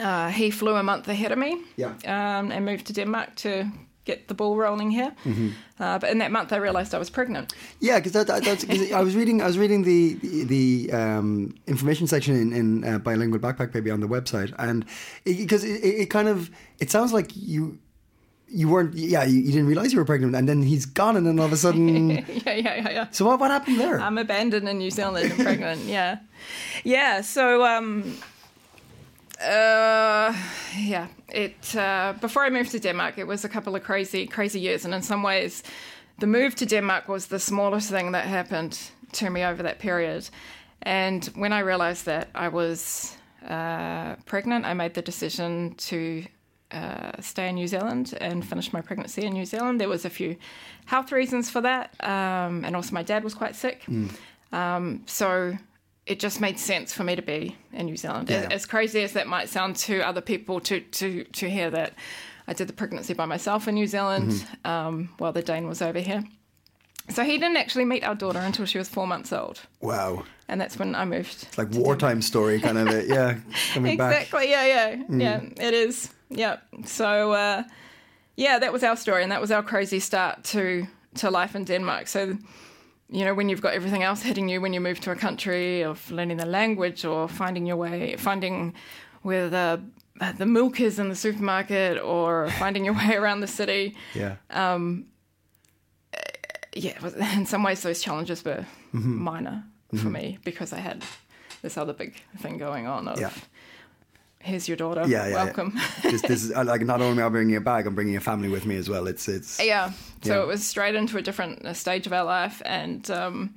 Speaker 4: Uh, he flew a month ahead of me
Speaker 2: Yeah.
Speaker 4: um, and moved to Denmark to get the ball rolling here. Uh, but in that month, I realised I was pregnant.
Speaker 2: Yeah, because that, that, that's 'cause I was reading. I was reading the the um, information section in, in uh, bilingual backpack baby on the website, and because it, it, it kind of it sounds like you you weren't. Yeah, you, you didn't realize you were pregnant, and then he's gone, and then all of a sudden.
Speaker 4: yeah, yeah, yeah, yeah.
Speaker 2: so what what happened there?
Speaker 4: I'm abandoned in New Zealand and pregnant. Yeah, yeah. So, um, uh, yeah. It uh, before I moved to Denmark, it was a couple of crazy, crazy years, and in some ways, the move to Denmark was the smallest thing that happened to me over that period. And when I realised that I was uh, pregnant, I made the decision to uh, stay in New Zealand and finish my pregnancy in New Zealand. There was a few health reasons for that, um, and also my dad was quite sick, um, so it just made sense for me to be in New Zealand. As, as crazy as that might sound to other people, to to to hear that I did the pregnancy by myself in New Zealand um, while the Dane was over here. So he didn't actually meet our daughter until she was four months old,
Speaker 2: wow,
Speaker 4: and that's when I moved.
Speaker 2: like wartime story kind of. a- Yeah, coming back. Mm.
Speaker 4: Exactly. Yeah, yeah, yeah. It is. Yeah. So, uh, yeah, that was our story, and that was our crazy start to to life in Denmark. So, you know, when you've got everything else hitting you when you move to a country, of learning the language or finding your way, finding where the uh, the milk is in the supermarket, or finding your way around the city
Speaker 2: Yeah.
Speaker 4: yeah, it was- in some ways those challenges were
Speaker 2: Mm-hmm.
Speaker 4: minor for me because I had this other big thing going on of
Speaker 2: Yeah.
Speaker 4: here's your daughter,
Speaker 2: Yeah, yeah, yeah.
Speaker 4: welcome.
Speaker 2: this, this is I- like not only am I bringing a bag, I'm bringing a family with me as well. It's it's
Speaker 4: Yeah. So
Speaker 2: Yeah.
Speaker 4: it was straight into a different uh, stage of our life. And um,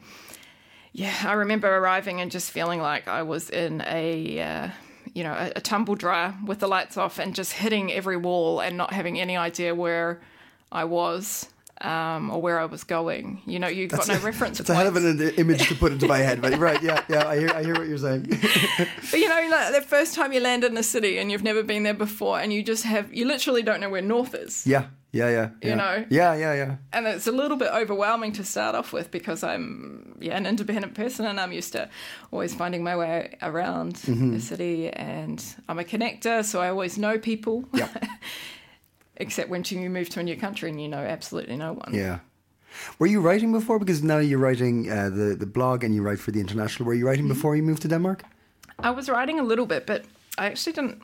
Speaker 4: yeah, I remember arriving and just feeling like I was in a. Uh, you know, a, a tumble dryer with the lights off and just hitting every wall and not having any idea where I was um, or where I was going. You know, you've got no reference.
Speaker 2: it's a hell of
Speaker 4: points.
Speaker 2: an image to put into my head. But right, yeah, yeah, I hear I hear what you're saying.
Speaker 4: But you know, like the first time you land in a city and you've never been there before, and you just have, you literally don't know where north is.
Speaker 2: Yeah, yeah, yeah.
Speaker 4: You
Speaker 2: yeah.
Speaker 4: know?
Speaker 2: Yeah, yeah, yeah.
Speaker 4: And it's a little bit overwhelming to start off with because I'm yeah, an independent person and I'm used to always finding my way around
Speaker 2: Mm-hmm.
Speaker 4: the city and I'm a connector, so I always know people.
Speaker 2: Yeah.
Speaker 4: Except when you move to a new country and you know absolutely no one.
Speaker 2: Yeah. Were you writing before? Because now you're writing uh, the the blog and you write for the international. Were you
Speaker 4: Hmm?
Speaker 2: writing before you moved to Denmark?
Speaker 4: I was writing a little bit, but I actually didn't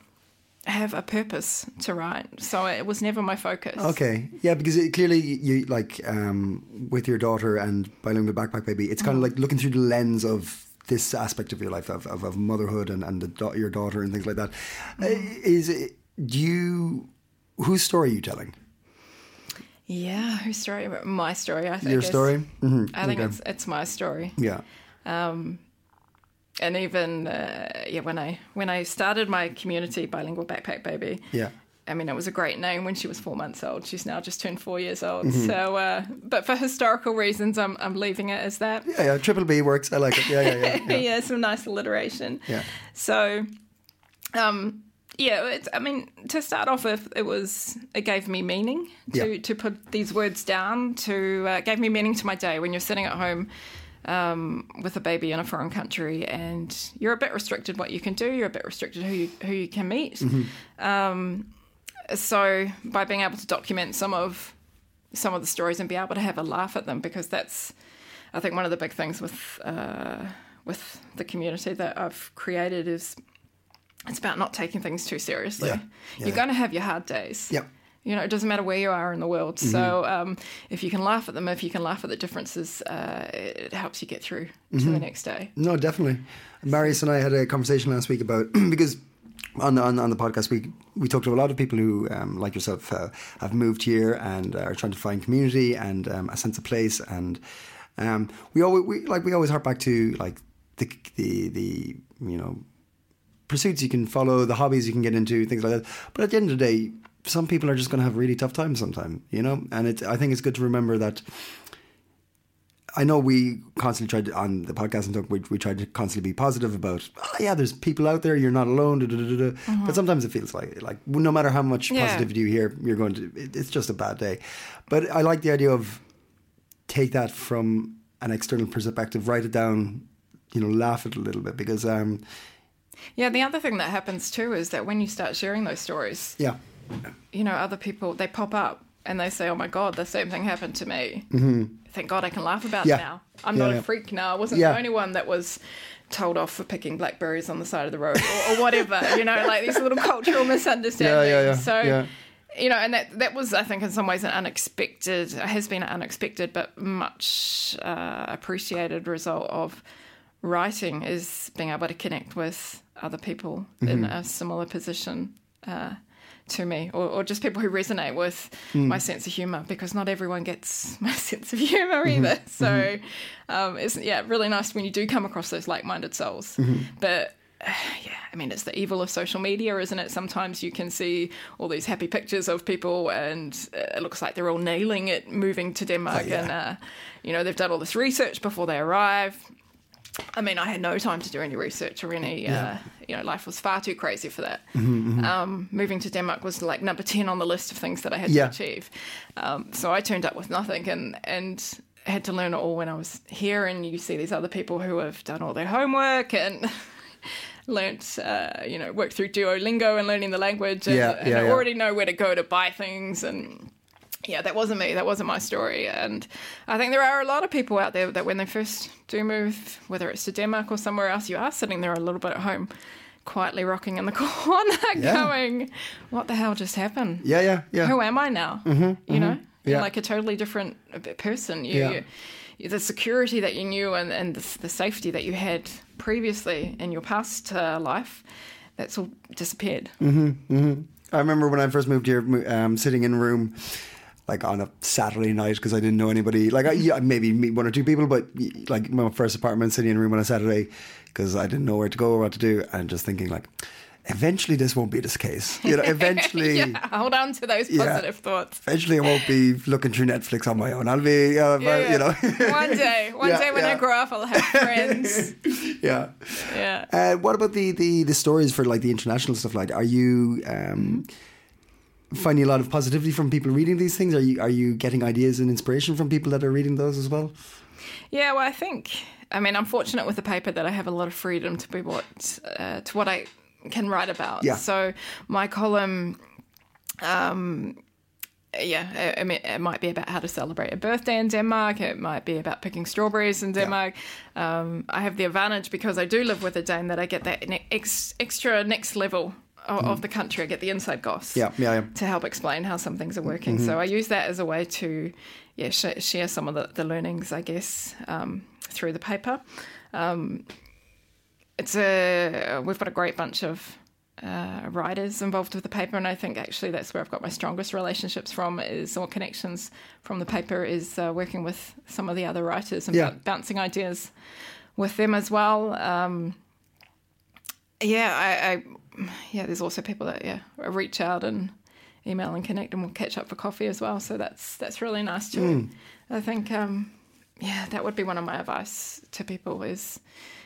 Speaker 4: have a purpose to write, so it was never my focus.
Speaker 2: Okay, yeah, because it, clearly you like um, with your daughter and bilingual backpack baby. It's
Speaker 4: Hmm.
Speaker 2: kind of like looking through the lens of this aspect of your life of, of, of motherhood and and the, da- your daughter and things like that.
Speaker 4: Hmm.
Speaker 2: Uh, Is it, do you whose story are you telling?
Speaker 4: Yeah, whose story? My story, I think.
Speaker 2: Your
Speaker 4: is-
Speaker 2: story? hmm
Speaker 4: I think it's it's my story.
Speaker 2: Yeah,
Speaker 4: And even uh, yeah, when I when I started my community bilingual backpack baby.
Speaker 2: yeah,
Speaker 4: I mean, it was a great name when she was four months old. She's now just turned four years old. So, uh, but for historical reasons, I'm I'm leaving it as that.
Speaker 2: yeah, yeah. Triple B works. I like it. Yeah, yeah, yeah.
Speaker 4: Yeah, some nice alliteration.
Speaker 2: Yeah.
Speaker 4: So, um, yeah, it's, I mean, to start off with, it was it gave me meaning to
Speaker 2: Yeah.
Speaker 4: to put these words down. To uh, it gave me meaning to my day when you're sitting at home. Um, with a baby in a foreign country, and you're a bit restricted what you can do. You're a bit restricted who you, who you can meet. Um, so by being able to document some of some of the stories and be able to have a laugh at them, because that's I think one of the big things with uh, with the community that I've created is it's about not taking things too seriously.
Speaker 2: Yeah. Yeah.
Speaker 4: You're going to have your hard days.
Speaker 2: Yeah.
Speaker 4: You know, it doesn't matter where you are in the world. So
Speaker 2: Mm-hmm.
Speaker 4: um, if you can laugh at them, if you can laugh at the differences, uh, it it helps you get through to
Speaker 2: Mm-hmm.
Speaker 4: the next day.
Speaker 2: No, definitely. Marius and I had a conversation last week about because on the, on, on the podcast we we talked to a lot of people who um, like yourself uh, have moved here and uh, are trying to find community and um, a sense of place and um, we always we like we always harp back to like the the the you know pursuits you can follow, the hobbies you can get into, things like that. But at the end of the day, some people are just going to have really tough times sometime, you know? And it's, I think it's good to remember that I know we constantly tried to, on the podcast and talk, we, we tried to constantly be positive about, oh, yeah, there's people out there, you're not alone, da, da, da, da. but sometimes it feels like, like no matter how much
Speaker 4: Yeah.
Speaker 2: positivity you hear, you're going to, it, it's just a bad day. But I like the idea of take that from an external perspective, write it down, you know, laugh at it a little bit because, um,
Speaker 4: Yeah, the other thing that happens too is that when you start sharing those stories,
Speaker 2: yeah,
Speaker 4: you know, other people they pop up and they say, "Oh my god, the same thing happened to me." Thank God I can laugh about
Speaker 2: Mm-hmm. Yeah.
Speaker 4: it now. I'm
Speaker 2: Yeah,
Speaker 4: not
Speaker 2: yeah.
Speaker 4: a freak now. I wasn't
Speaker 2: Yeah.
Speaker 4: the only one that was told off for picking blackberries on the side of the road or, or whatever. you know, like these little cultural misunderstandings.
Speaker 2: Yeah, yeah, yeah,
Speaker 4: So.
Speaker 2: yeah.
Speaker 4: You know, and that that was, I think, in some ways, an unexpected has been an unexpected but much uh, appreciated result of writing is being able to connect with other people
Speaker 2: Mm-hmm.
Speaker 4: in a similar position uh, to me, or, or just people who resonate with
Speaker 2: Mm.
Speaker 4: my sense of humor, because not everyone gets my sense of humor
Speaker 2: Mm-hmm.
Speaker 4: either. So, um, it's yeah, really nice when you do come across those like-minded souls,
Speaker 2: Mm-hmm.
Speaker 4: but. uh, Yeah, I mean, it's the evil of social media, isn't it? Sometimes you can see all these happy pictures of people, and uh, it looks like they're all nailing it moving to Denmark. And, uh, you know, they've done all this research before they arrive. I mean, I had no time to do any research or any, uh, you know, life was far too crazy for that. Um, moving to Denmark was like number 10 on the list of things that I had
Speaker 2: Yeah.
Speaker 4: to achieve. Um, so I turned up with nothing and, and had to learn it all when I was here. And you see these other people who have done all their homework and learnt, uh, you know, worked through Duolingo and learning the language and,
Speaker 2: Yeah,
Speaker 4: and
Speaker 2: yeah, yeah.
Speaker 4: already know where to go to buy things and yeah, that wasn't me. That wasn't my story. And I think there are a lot of people out there that when they first do move, whether it's to Denmark or somewhere else, you are sitting there a little bit at home, quietly rocking in the corner,
Speaker 2: Yeah.
Speaker 4: going, What the hell just happened?
Speaker 2: yeah, yeah, yeah.
Speaker 4: Who am I now? you know? You're
Speaker 2: Mm-hmm, Yeah.
Speaker 4: like a totally different uh, b- person. You,
Speaker 2: Yeah.
Speaker 4: you- you- the security that you knew and, and the, the safety that you had previously in your past uh, life, that's all disappeared.
Speaker 2: I remember when I first moved here, mo- um, sitting in a room, like on a Saturday night, because I didn't know anybody. Like, I, yeah, maybe meet one or two people, but y- like my first apartment, sitting in a room on a Saturday, because I didn't know where to go or what to do, and just thinking like, eventually this won't be this case. You know, eventually.
Speaker 4: Yeah, hold on to those
Speaker 2: Yeah.
Speaker 4: positive thoughts.
Speaker 2: Eventually, I won't be looking through Netflix on my own. I'll be, uh, you know,
Speaker 4: one day, one
Speaker 2: Yeah,
Speaker 4: day when
Speaker 2: yeah.
Speaker 4: I grow up, I'll have friends.
Speaker 2: yeah.
Speaker 4: yeah.
Speaker 2: Uh, what about the, the the stories for like the international stuff? Like, are you um,
Speaker 4: Mm-hmm.
Speaker 2: finding a lot of positivity from people reading these things? Are you are you getting ideas and inspiration from people that are reading those as well?
Speaker 4: Yeah, well, I think I mean I'm fortunate with the paper that I have a lot of freedom to be what uh, to what I can write about.
Speaker 2: Yeah.
Speaker 4: So my column. Um, yeah, I- I mean, it might be about how to celebrate a birthday in Denmark. It might be about picking strawberries in Denmark. Um, I have the advantage because I do live with a Dane that I get that ne- ex- extra next level of, of the country. I get the inside goss.
Speaker 2: Mm-hmm. Yeah, yeah, Mm-hmm. yeah.
Speaker 4: to help explain how some things are working. So I use that as a way to yeah sh- share some of the, the learnings, I guess, um, through the paper. Um, it's a we've got a great bunch of uh, writers involved with the paper, and I think actually that's where I've got my strongest relationships from is or connections from the paper is uh, working with some of the other writers and
Speaker 2: Yeah.
Speaker 4: bou- bouncing ideas with them as well. Um, yeah, I, I yeah, there's also people that yeah reach out and email and connect, and we'll catch up for coffee as well. So that's that's really nice too.
Speaker 2: Hmm.
Speaker 4: I think um, yeah, that would be one of my advice to people is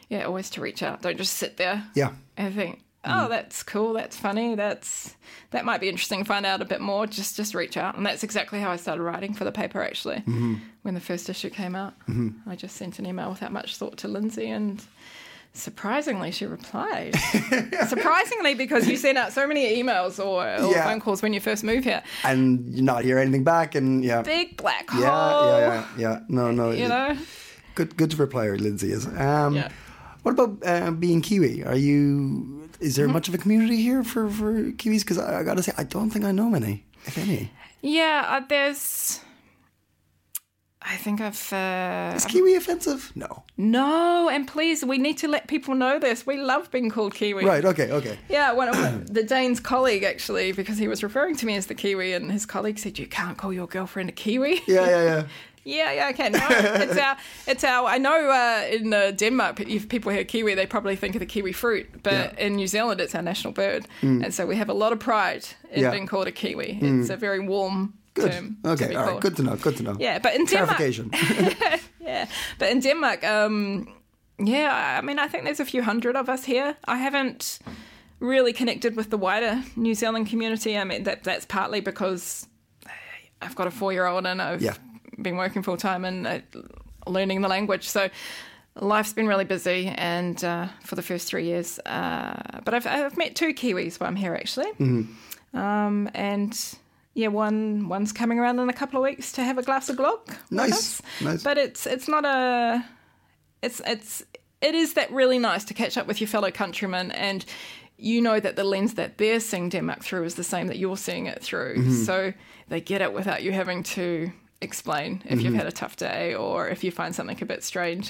Speaker 4: yeah, always to reach out. Don't just sit there.
Speaker 2: Yeah.
Speaker 4: and think.
Speaker 2: Mm.
Speaker 4: Oh, that's cool. That's funny. That's that might be interesting. Find out a bit more. Just just reach out, and that's exactly how I started writing for the paper. Actually,
Speaker 2: Mm-hmm.
Speaker 4: when the first issue came out, I just sent an email without much thought to Lindsay, and Surprisingly, she replied. Surprisingly, because you send out so many emails or, or
Speaker 2: Yeah.
Speaker 4: phone calls when you first move here.
Speaker 2: And you not hear anything back, and yeah,
Speaker 4: Big black hole.
Speaker 2: yeah, yeah, yeah, yeah. No, no,
Speaker 4: You know?
Speaker 2: good, good reply, Lindsay is. Um,
Speaker 4: Yeah.
Speaker 2: What about uh, being Kiwi? Are you? Is
Speaker 4: Mm-hmm.
Speaker 2: there much of a community here for for Kiwis? Because I, I gotta say, I don't think I know many, if any.
Speaker 4: Yeah, uh, there's. I think I've. Uh,
Speaker 2: Is Kiwi offensive? No.
Speaker 4: no, and please, we need to let people know this. We love being called Kiwi.
Speaker 2: Right. Okay. Okay.
Speaker 4: Yeah, one of the Dane's colleague actually, because he was referring to me as the Kiwi, and his colleague said, "You can't call your girlfriend a Kiwi."
Speaker 2: Yeah. Yeah. Yeah.
Speaker 4: Yeah, yeah, I can. No, it's our, it's our. I know uh, in uh, Denmark, if people hear kiwi, they probably think of the kiwi fruit, but
Speaker 5: Yeah. Mm.
Speaker 4: in New Zealand, it's our national bird, and so we have a lot of pride in
Speaker 5: Yeah. Mm.
Speaker 4: being called a kiwi. It's a very warm term. to
Speaker 5: Okay,
Speaker 4: be
Speaker 5: all right.
Speaker 4: called.
Speaker 5: Good to know. Good to know.
Speaker 4: Yeah, but in Denmark,
Speaker 5: Clarification.
Speaker 4: yeah, but in Denmark, um, yeah, I mean, I think there's a few hundred of us here. I haven't really connected with the wider New Zealand community. I mean, that that's partly because I've got a four-year-old and I've
Speaker 5: Yeah.
Speaker 4: been working full time and uh, learning the language, so. Life's been really busy, and uh, for the first three years, uh, but I've, I've met two Kiwis while I'm here actually, um, and yeah, one one's coming around in a couple of weeks to have a glass of Glock. with
Speaker 5: Nice,
Speaker 4: us.
Speaker 5: nice.
Speaker 4: But it's it's not a it's it's it is that really nice to catch up with your fellow countrymen and you know that the lens that they're seeing Denmark through is the same that you're seeing it through.
Speaker 5: Mm-hmm.
Speaker 4: So they get it without you having to explain if
Speaker 5: Mm-hmm.
Speaker 4: you've had a tough day or if you find something a bit strange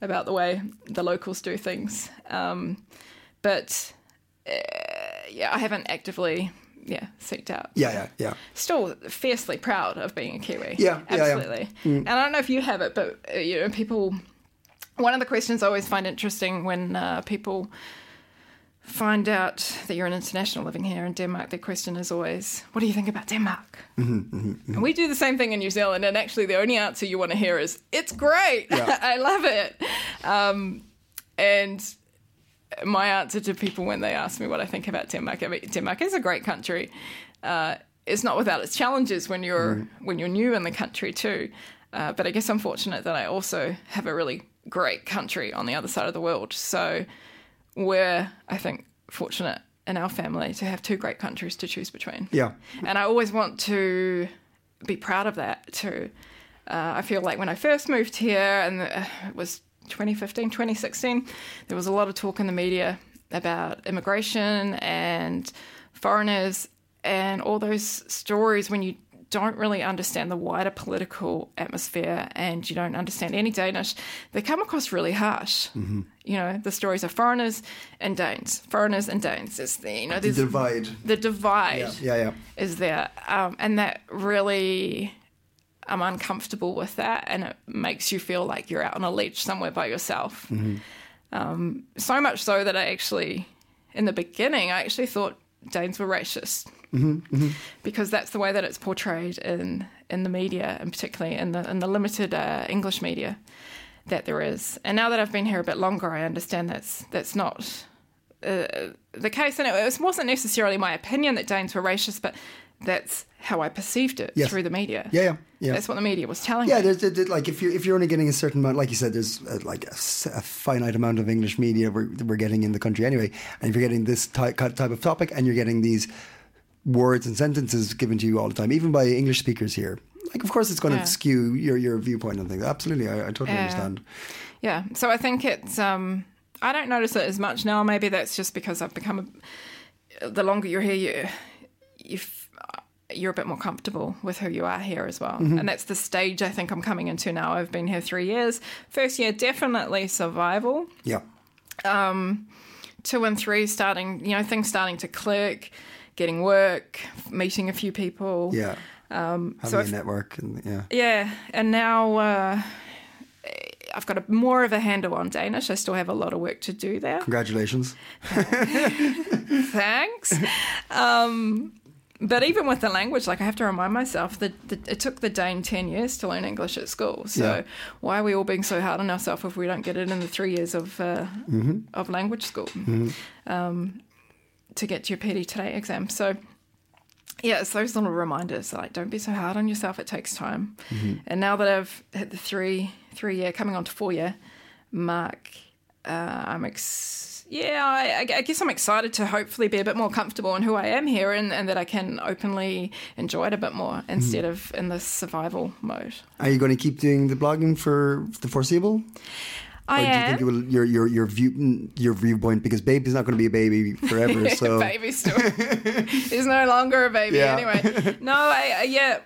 Speaker 4: about the way the locals do things. Um, but uh, yeah, I haven't actively yeah seeked out
Speaker 5: yeah, yeah, yeah.
Speaker 4: still fiercely proud of being a Kiwi.
Speaker 5: Yeah, yeah, Mm. yeah.
Speaker 4: absolutely. And I don't know if you have it, but uh, you know, people. One of the questions I always find interesting when uh, people find out that you're an international living here in Denmark, their question is always, "What do you think about Denmark?" And we do the same thing in New Zealand, and actually, the only answer you want to hear is, "It's great. I love it." Um, and my answer to people when they ask me what I think about Denmark, I mean, Denmark is a great country. Uh, it's not without its challenges when you're when you're new in the country too. Uh, but I guess I'm fortunate that I also have a really great country on the other side of the world. So we're, I think, fortunate in our family to have two great countries to choose between.
Speaker 5: Yeah.
Speaker 4: And I always want to be proud of that too. Uh, I feel like when I first moved here, and uh, it was 2015, 2016, there was a lot of talk in the media about immigration and foreigners and all those stories when you don't really understand the wider political atmosphere and you don't understand any Danish, they come across really harsh.
Speaker 5: Mm-hmm.
Speaker 4: You know, the stories of foreigners and Danes, foreigners and Danes. It's the, you know, there's
Speaker 5: Divide.
Speaker 4: the divide
Speaker 5: Yeah, yeah.
Speaker 4: is there, um, and that really I'm uncomfortable with that, and it makes you feel like you're out on a leash somewhere by yourself.
Speaker 5: Mm-hmm.
Speaker 4: Um, so much so that I actually, in the beginning, I actually thought Danes were racist
Speaker 5: Mm-hmm,
Speaker 4: because that's the way that it's portrayed in in the media, and particularly in the in the limited uh, English media that there is. And now that I've been here a bit longer, I understand that's that's not uh, the case, and it was- wasn't necessarily my opinion that Danes were racist, but that's how I perceived it
Speaker 5: Yes.
Speaker 4: through the media.
Speaker 5: Yeah, yeah, yeah.
Speaker 4: That's what the media was telling
Speaker 5: Yeah,
Speaker 4: me.
Speaker 5: there's, there- there- like if you're if you're only getting a certain amount, like you said, there's uh, like a, s- a finite amount of English media we're, we're getting in the country anyway, and if you're getting this ty- ki- type of topic, and you're getting these words and sentences given to you all the time, even by English speakers here, like of course it's going to
Speaker 4: Yeah.
Speaker 5: skew your your viewpoint on things. Absolutely, I, I totally
Speaker 4: Yeah.
Speaker 5: understand.
Speaker 4: Yeah, so I think it's. Um, I don't notice it as much now. Maybe that's just because I've become. A, the longer you're here, you, you f- you're a bit more comfortable with who you are here as well,
Speaker 5: Mm-hmm.
Speaker 4: and that's the stage I think I'm coming into now. I've been here three years. First year, definitely survival.
Speaker 5: Yeah,
Speaker 4: two and three starting you know things starting to click getting work meeting a few people
Speaker 5: yeah. Having
Speaker 4: Um, so
Speaker 5: a
Speaker 4: if-
Speaker 5: network and yeah,
Speaker 4: yeah and now uh, i've got a, more of a handle on danish i still have a lot of work to do there
Speaker 5: congratulations.
Speaker 4: thanks um, but even with the language like i have to remind myself that that it took the dane 10 years to learn english at school so
Speaker 5: Yeah.
Speaker 4: why are we all being so hard on ourselves if we don't get it in the three years of uh, of language school um, to get to your PD today exam. So yeah, it's those little reminders like don't be so hard on yourself. It takes time. And now that I've hit the three three year coming on to four year mark, uh, I'm ex- yeah I, I- I guess I'm excited to hopefully be a bit more comfortable in who I am here and, and that I can openly enjoy it a bit more
Speaker 5: Hmm.
Speaker 4: instead of in this survival mode.
Speaker 5: Are you going to keep doing the blogging for the foreseeable?
Speaker 4: I
Speaker 5: Or Oh, do you
Speaker 4: am.
Speaker 5: think it will, your your your view your viewpoint because baby's not going to be a baby forever? So
Speaker 4: baby still is no longer a baby
Speaker 5: Yeah.
Speaker 4: anyway. No, I, I yeah,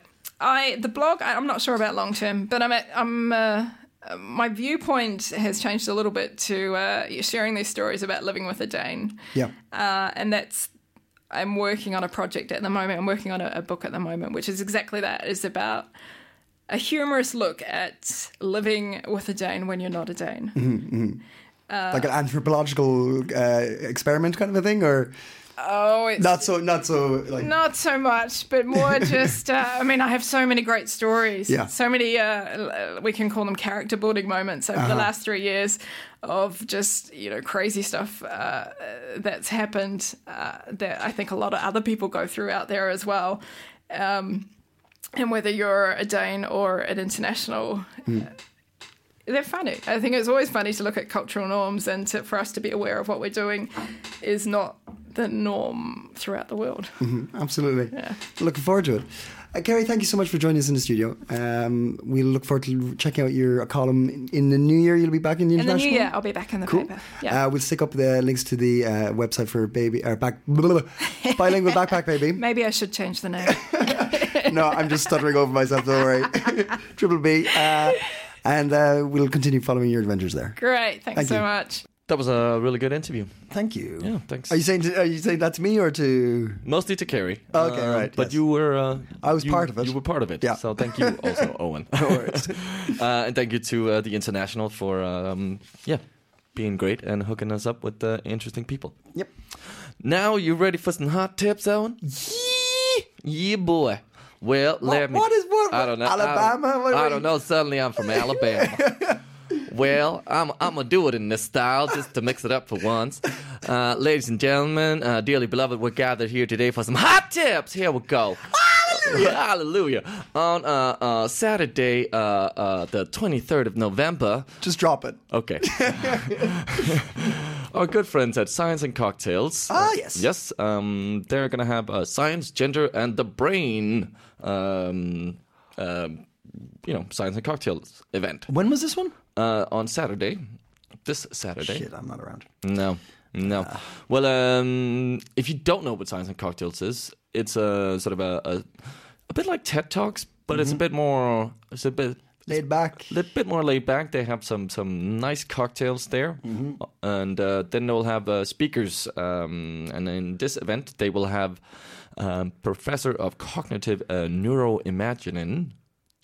Speaker 4: I the blog. I, I'm not sure about long term, but I'm at, I'm. Uh, uh, my viewpoint has changed a little bit to uh, sharing these stories about living with a Dane.
Speaker 5: yeah,
Speaker 4: Uh, and that's I'm working on a project at the moment. I'm working on a, a book at the moment, which is exactly that. It's about a humorous look at living with a Dane when you're not a Dane. Uh,
Speaker 5: like an anthropological uh, experiment kind of a thing, or
Speaker 4: Oh, it's
Speaker 5: not so not so like
Speaker 4: Not so much, but more just. Uh, I mean, I have so many great stories.
Speaker 5: Yeah.
Speaker 4: So many. Uh, l- we can call them character building moments over the last three years of just you know crazy stuff uh, uh, that's happened uh, that I think a lot of other people go through out there as well. Um, and whether you're a Dane or an international, uh, they're funny. I think it's always funny to look at cultural norms and to, for us to be aware of what we're doing is not the norm throughout the world.
Speaker 5: absolutely. Looking forward to it. Uh, Kerry, thank you so much for joining us in the studio. Um, we look forward to checking out your column in, in the new year. You'll be back in the
Speaker 4: In the
Speaker 5: international.
Speaker 4: new year, I'll be back in the
Speaker 5: Cool.
Speaker 4: paper. Yeah.
Speaker 5: Uh, we'll stick up the links to the uh, website for baby or back blah, blah, blah, bilingual backpack baby.
Speaker 4: Maybe I should change the name.
Speaker 5: No, I'm just stuttering over myself. Don't worry. Triple B. Uh, and uh, we'll continue following your adventures there.
Speaker 4: Great. Thanks
Speaker 5: Thank
Speaker 4: so
Speaker 5: you.
Speaker 4: much.
Speaker 3: That was a really good interview.
Speaker 5: Thank you.
Speaker 3: Yeah, thanks.
Speaker 5: Are you saying to, are you saying that to me or to?
Speaker 3: Mostly to Kerry.
Speaker 5: Okay, right,
Speaker 3: But
Speaker 5: yes.
Speaker 3: you were. Uh,
Speaker 5: I was
Speaker 3: you-
Speaker 5: part of it.
Speaker 3: You were part of it.
Speaker 5: Yeah.
Speaker 3: So thank you also, Owen. uh, and thank you to uh, the International for um, yeah being great and hooking us up with uh, interesting people.
Speaker 5: Yep.
Speaker 3: Now you ready for some hot tips, Owen? Yee, yeah, boy. Well, let me.
Speaker 5: what is- what-
Speaker 3: I don't know. I
Speaker 5: Alabama?
Speaker 3: don't,
Speaker 5: What are
Speaker 3: I
Speaker 5: we-
Speaker 3: don't know. Suddenly I'm from Alabama. Well, I'm, I'm gonna do it in this style just to mix it up for once. Uh, ladies and gentlemen, uh, dearly beloved, we're gathered here today for some hot tips. Here we go. Hallelujah! On uh, uh, Saturday, uh, uh, the 23rd of November,
Speaker 5: Just drop it.
Speaker 3: Okay. Our good friends at Science and Cocktails. Uh,
Speaker 5: Ah, yes.
Speaker 3: Yes. Um, they're going to have uh, Science, Gender, and the Brain. Um, um, you know, Science and Cocktails event
Speaker 5: When was this one?
Speaker 3: uh, on Saturday. This Saturday.
Speaker 5: Shit, Ah. I'm not around.
Speaker 3: No, no. well, um, if you don't know what Science and Cocktails is, it's a sort of a, a, a bit like TED Talks, but
Speaker 5: Mm-hmm.
Speaker 3: it's a bit more. It's a bit
Speaker 5: Laid back.
Speaker 3: little bit more laid back. They have some some nice cocktails there, and uh, then they'll have uh, speakers. Um, and in this event, they will have um, professor of cognitive uh, neuroimagining.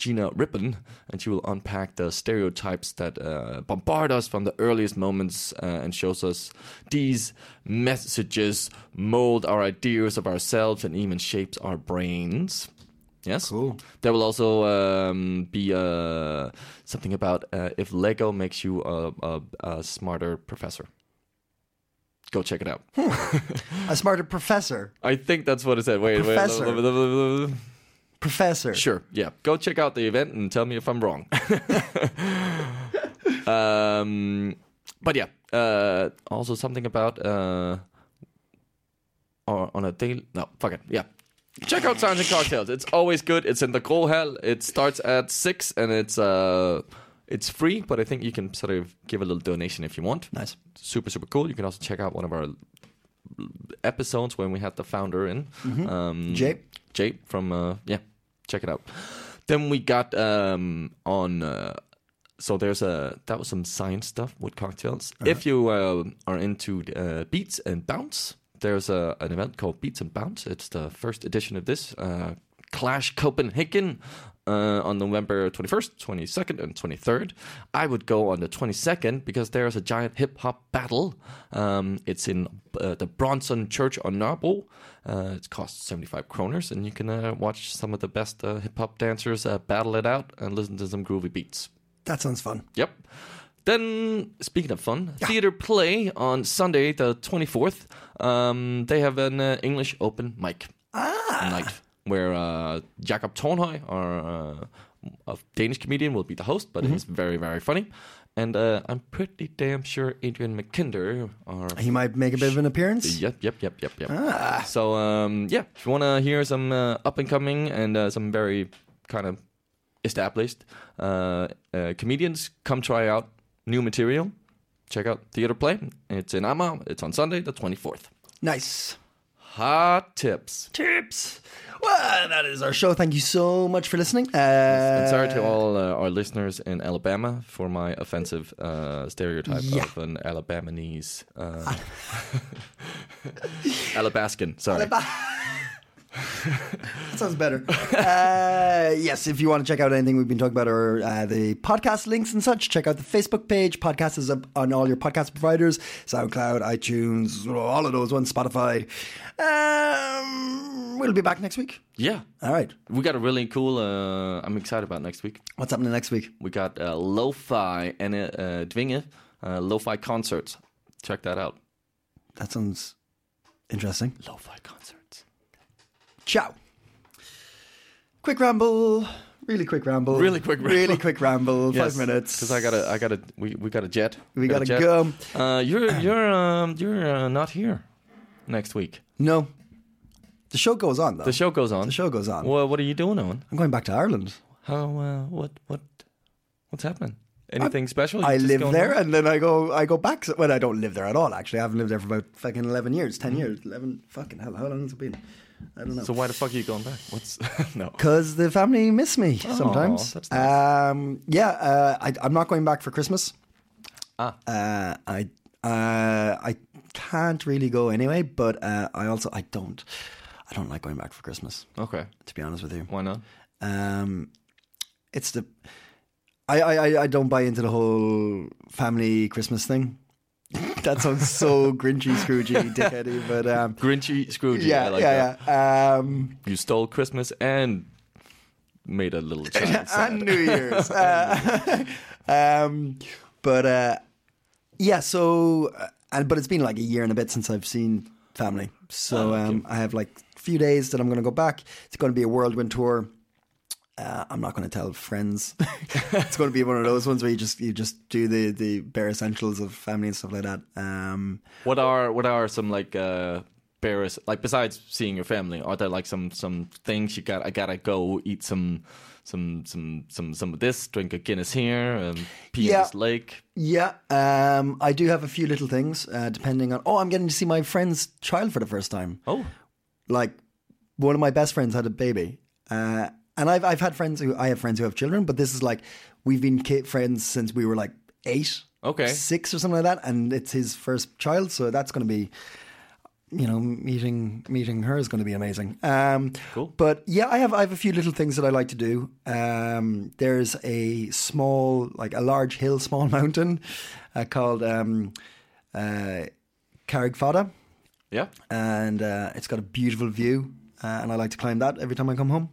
Speaker 3: Gina Rippon, and she will unpack the stereotypes that uh, bombard us from the earliest moments uh, and shows us these messages mold our ideas of ourselves and even shapes our brains. Yes. Cool. There will also um, be uh, something about uh, if Lego makes you a, a, a smarter professor. Go check it out.
Speaker 5: A smarter professor.
Speaker 3: I think that's what it said. Wait, wait,
Speaker 5: Professor.
Speaker 3: blah, blah, blah, blah, blah, blah.
Speaker 5: Professor.
Speaker 3: Sure. Yeah. Go check out the event and tell me if I'm wrong. um, but yeah. Uh, also something about uh, or on a daily. No, fuck it. Yeah. Check out Sounds and Cocktails. It's always good. It's in the Hell. It starts at six and it's uh, it's free. But I think you can sort of give a little donation if you want.
Speaker 5: Nice.
Speaker 3: Super super cool. You can also check out one of our episodes when we had the founder in. Um,
Speaker 5: Mm-hmm. Jay.
Speaker 3: Jay from uh, yeah, check it out. Then we got um, on. Uh, so there's a that was some science stuff with cocktails. If you uh, are into uh, beats and bounce, there's a, an event called Beats and Bounce. It's the first edition of this uh, Clash Copenhagen uh, on November 21st, 22nd, and 23rd. I would go on the 22nd because there's a giant hip hop battle. Um, it's in uh, the Bronson Church on Narbo. Uh, it costs 75 kroners, and you can uh, watch some of the best uh, hip hop dancers uh, battle it out and listen to some groovy beats.
Speaker 5: That sounds fun.
Speaker 3: Yep. Then, speaking of fun, theater play on Sunday the 24th. Um, they have an uh, English open mic night where uh, Jakob Tornhøj, our uh, a Danish comedian, will be the host, but he's very, very funny. And uh, I'm pretty damn sure Adrian McKinder, our
Speaker 5: He might make a bit of an appearance.
Speaker 3: Yep, yep, yep, yep, yep. So, um, yeah, if you want to hear some uh, up and coming and uh, some very kind of established uh, uh, comedians, come try out new material. Check out Theater Play. It's in Amma. It's on Sunday, the 24th.
Speaker 5: Nice.
Speaker 3: Hot tips.
Speaker 5: Tips. Well, that is our show. Thank you so much for listening. Uh,
Speaker 3: and sorry to all uh, our listeners in Alabama for my offensive uh, stereotype
Speaker 5: Yeah.
Speaker 3: of an Alabamanese. Uh, Alabaskan, sorry.
Speaker 2: That sounds better. Uh, yes, if you want to check out anything we've been talking about or uh, the podcast links and such, check out the Facebook page. Podcast is up on all your podcast providers SoundCloud, iTunes, all of those ones, Spotify. Um, we'll be back next week.
Speaker 3: Yeah.
Speaker 2: All right.
Speaker 3: We got a really cool. Uh, I'm excited about next week.
Speaker 2: What's happening next week?
Speaker 3: We got uh, Lo-fi and uh, Dvinge, uh, Lo-fi concerts. Check that out.
Speaker 2: That sounds interesting.
Speaker 3: Lo-fi concerts.
Speaker 2: Ciao. Quick ramble. Really quick ramble.
Speaker 3: Really quick ramble.
Speaker 2: Really quick ramble.
Speaker 3: Yes,
Speaker 2: Five minutes.
Speaker 3: Because I gotta, I gotta, we, we got a jet.
Speaker 2: We
Speaker 3: got
Speaker 2: gotta
Speaker 3: a jet.
Speaker 2: go.
Speaker 3: Uh, you're you're um, you're uh, not here next week.
Speaker 2: No. The show goes on, though.
Speaker 3: The show goes on.
Speaker 2: The show goes on.
Speaker 3: Well, what are you doing, Owen?
Speaker 2: I'm going back to Ireland.
Speaker 3: How? Uh, what? What? What's happening? Anything special? You
Speaker 2: I
Speaker 3: just
Speaker 2: live
Speaker 3: going
Speaker 2: there,
Speaker 3: home?
Speaker 2: and then I go, I go back. So, well, I don't live there at all. Actually, I haven't lived there for about fucking eleven years, ten years, eleven fucking hell. How long has it been? I don't know.
Speaker 3: So why the fuck are you going back? What's no?
Speaker 2: Because the family miss me sometimes.
Speaker 3: that's nice.
Speaker 2: um, yeah, uh, I, I'm not going back for Christmas.
Speaker 3: Ah.
Speaker 2: Uh, I uh, I can't really go anyway, but uh, I also I don't I don't like going back for Christmas.
Speaker 3: Okay.
Speaker 2: To be honest with you,
Speaker 3: Why not?
Speaker 2: um, it's the I, I I- I don't buy into the whole family Christmas thing. that sounds so grinchy, scroogey, dickheady, but um,
Speaker 3: Grinchy Scrooge.
Speaker 2: yeah,
Speaker 3: I like
Speaker 2: yeah,
Speaker 3: that.
Speaker 2: yeah. Um,
Speaker 3: You stole Christmas and made a little child sad.
Speaker 2: and New Year's. Uh, um, but uh, yeah, so uh, and but it's been like a year and a bit since I've seen family, so um, I have like a few days that I'm going to go back. It's going to be a whirlwind tour. Uh, I'm not going to tell friends. it's going to be one of those ones where you just you just do the the bare essentials of family and stuff like that. Um,
Speaker 3: What are what are some like uh bears like besides seeing your family? Are there like some some things you got? I gotta go eat some some some some some of this. Drink a Guinness here. Um, pee in
Speaker 2: Yeah.
Speaker 3: this lake.
Speaker 2: Yeah, um, I do have a few little things uh, depending on. Oh, I'm getting to see my friend's child for the first time.
Speaker 3: Oh,
Speaker 2: like one of my best friends had a baby, uh, and I've I've had friends who I have friends who have children, but this is like we've been kid friends since we were like eight,
Speaker 3: Okay.
Speaker 2: six or something like that, and it's his first child, so that's going to be, you know, meeting meeting her is going to be amazing. Um,
Speaker 3: Cool.
Speaker 2: But yeah, I have I have a few little things that I like to do. Um, there's a small like a large hill, small mountain, uh, called um, uh, Carrigfada
Speaker 3: yeah.
Speaker 2: and uh, it's got a beautiful view. Uh, and I like to climb that every time I come home.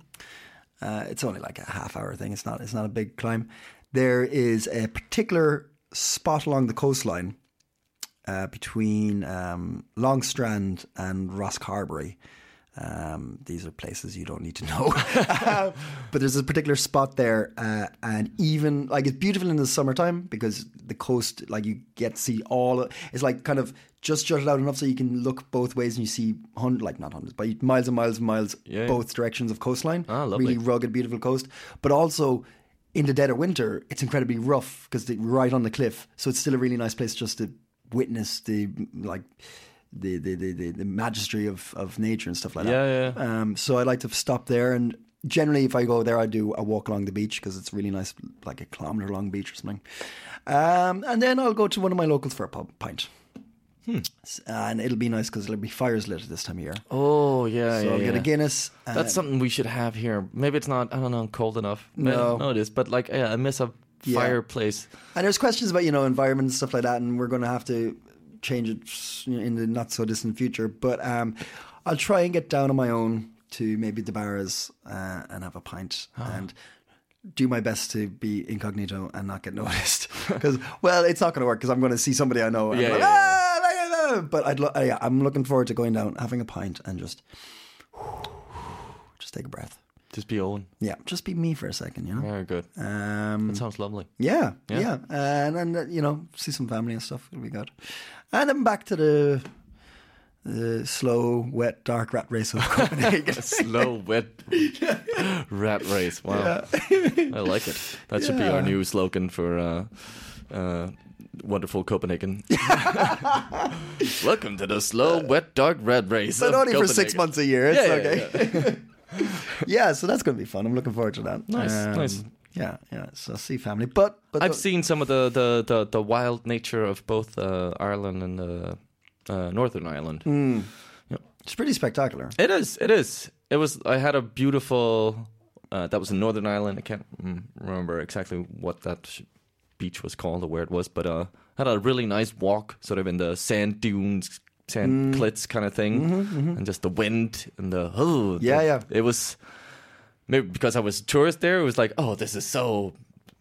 Speaker 2: Uh, it's only like a half hour thing. It's not. It's not a big climb. There is a particular spot along the coastline uh, between um, Longstrand and Rosscarbery. Um, these are places you don't need to know. Um, but there's a particular spot there, uh, and even like it's beautiful in the summertime because the coast, like you get to see all. It's like kind of just jutted out enough so you can look both ways and you see hundred, like not hundreds, but miles and miles and miles
Speaker 3: Yeah.
Speaker 2: both directions of coastline.
Speaker 3: Ah, lovely.
Speaker 2: Really rugged, beautiful coast. But also in the dead of winter, it's incredibly rough because they're right on the cliff. So it's still a really nice place just to witness the like the the the, the, the majesty of, of nature and stuff like
Speaker 3: Yeah,
Speaker 2: that. Yeah. Um, so I like to stop there and generally if I go there I do a walk along the beach because it's really nice like a kilometer long beach or something. Um, and then I'll go to one of my locals for a pub pint. S- And it'll be nice because there'll be fires lit this time of year.
Speaker 3: Hmm. Oh yeah.
Speaker 2: so
Speaker 3: yeah,
Speaker 2: I'll get
Speaker 3: yeah.
Speaker 2: a Guinness. and-
Speaker 3: That's something we should have here. Maybe it's not. I don't know. Cold enough.
Speaker 2: No.
Speaker 3: no, it is. But like, yeah, I miss a
Speaker 2: Yeah.
Speaker 3: fireplace.
Speaker 2: And there's questions about you know environment and stuff like that, and we're going to have to change it in the not so distant future. But um, I'll try and get down on my own to maybe the bars uh, and have a pint
Speaker 3: Ah.
Speaker 2: and do my best to be incognito and not get noticed. Because well, it's not going to work because I'm going to see somebody I know. And
Speaker 3: Yeah,
Speaker 2: I'm like,
Speaker 3: yeah, yeah.
Speaker 2: "Ah, look at them." But I'd lo- uh, yeah, I'm looking forward to going down, having a pint, and just just take a breath.
Speaker 3: Just be Owen.
Speaker 2: Yeah, just be me for a second, you know.
Speaker 3: Very good.
Speaker 2: Um,
Speaker 3: Sounds lovely.
Speaker 2: yeah,
Speaker 3: Yeah.
Speaker 2: yeah, and then uh, you know, see some family and stuff. It'll be good. And then back to the the slow, wet, dark rat race of Copenhagen.
Speaker 3: Slow wet rat race. Wow, I like it. That should be our new slogan for uh, uh, wonderful Copenhagen. Welcome to the slow wet dog rat race.
Speaker 2: but
Speaker 3: of
Speaker 2: only for six
Speaker 3: Copenhagen.
Speaker 2: months a year. It's
Speaker 3: Yeah, yeah,
Speaker 2: okay. Yeah, so that's going to be fun. I'm looking forward to that. Um,
Speaker 3: Nice, nice.
Speaker 2: Yeah, yeah. So see family, but but
Speaker 3: I've
Speaker 2: the-
Speaker 3: seen some of the the, the, the wild nature of both uh, Ireland and uh, uh, Northern Ireland.
Speaker 2: it's pretty spectacular.
Speaker 3: It is. It is. it was I had a beautiful. Uh, that was in Northern Ireland. I can't mm, remember exactly what that sh- beach was called or where it was, but uh, had a really nice walk, sort of in the sand dunes, sand
Speaker 2: Mm.
Speaker 3: cliffs kind of thing, and just the wind and the oh, the-
Speaker 2: Mm-hmm, Yeah, yeah.
Speaker 3: It was maybe because I was a tourist there. It was like, oh, this is so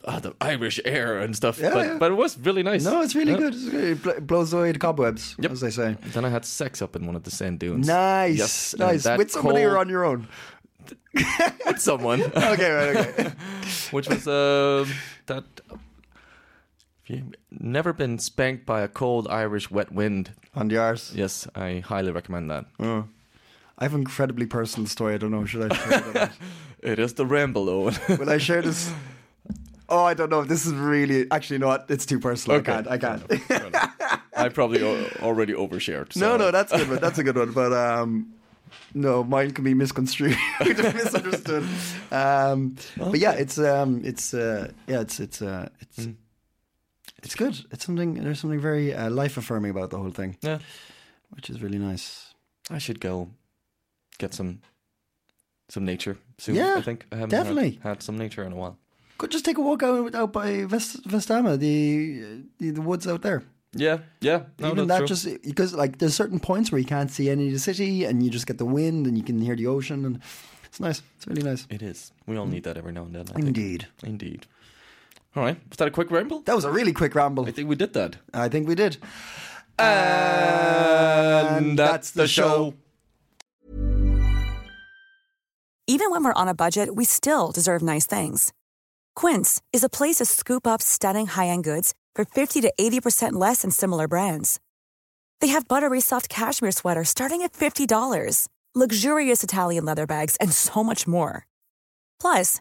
Speaker 3: ah, the Irish air and stuff.
Speaker 2: Yeah,
Speaker 3: but
Speaker 2: yeah.
Speaker 3: but it was really nice.
Speaker 2: No, it's really
Speaker 3: Yeah.
Speaker 2: good. It's good. It bl- blows away the cobwebs,
Speaker 3: Yep.
Speaker 2: as they say.
Speaker 3: Then I had sex up in one of the sand dunes.
Speaker 2: Nice,
Speaker 3: Yes, and
Speaker 2: nice.
Speaker 3: that
Speaker 2: With somebody or
Speaker 3: cold-
Speaker 2: on your own?
Speaker 3: with someone,
Speaker 2: Okay, right, okay.
Speaker 3: which was uh, that. If you've never been spanked by a cold Irish wet wind,
Speaker 2: on the arse.
Speaker 3: yes, I highly recommend that.
Speaker 2: Oh. I have an incredibly personal story. I don't know. Should I share it? or not?
Speaker 3: It is the ramble, Owen.
Speaker 2: Will I share this? Oh, I don't know. This is really actually not. It's too personal.
Speaker 3: Okay.
Speaker 2: I can't. I can't.
Speaker 3: I probably o- already overshared.
Speaker 2: No,
Speaker 3: so-
Speaker 2: no, that's a good one. That's a good one. But um, no, mine can be misconstrued, misunderstood. Um, But yeah, it's um, it's uh, yeah, it's it's uh, it's it's good. It's something. There's something very uh, life affirming about the whole thing,
Speaker 3: Yeah,
Speaker 2: which is really nice.
Speaker 3: I should go get some some nature soon.
Speaker 2: Yeah,
Speaker 3: I think I haven't had-
Speaker 2: definitely.
Speaker 3: had some nature in a while.
Speaker 2: Could just take a walk out out by Vest- Vestama, the, the the woods out there.
Speaker 3: Yeah, yeah. No,
Speaker 2: Even that
Speaker 3: that's true.
Speaker 2: just because like there's certain points where you can't see any of the city, and you just get the wind, and you can hear the ocean, and it's nice. It's really nice.
Speaker 3: It is. We all need that every now and then. I think.
Speaker 2: Indeed,
Speaker 3: Indeed. All right. Was that a quick ramble?
Speaker 2: that was a really quick ramble.
Speaker 3: I think we did that.
Speaker 2: I think we did.
Speaker 3: And
Speaker 2: that's the show.
Speaker 6: Even when we're on a budget, we still deserve nice things. Quince is a place to scoop up stunning high end goods for 50 to 80% less than similar brands. They have buttery soft cashmere sweaters starting at $50, luxurious Italian leather bags, and so much more. Plus,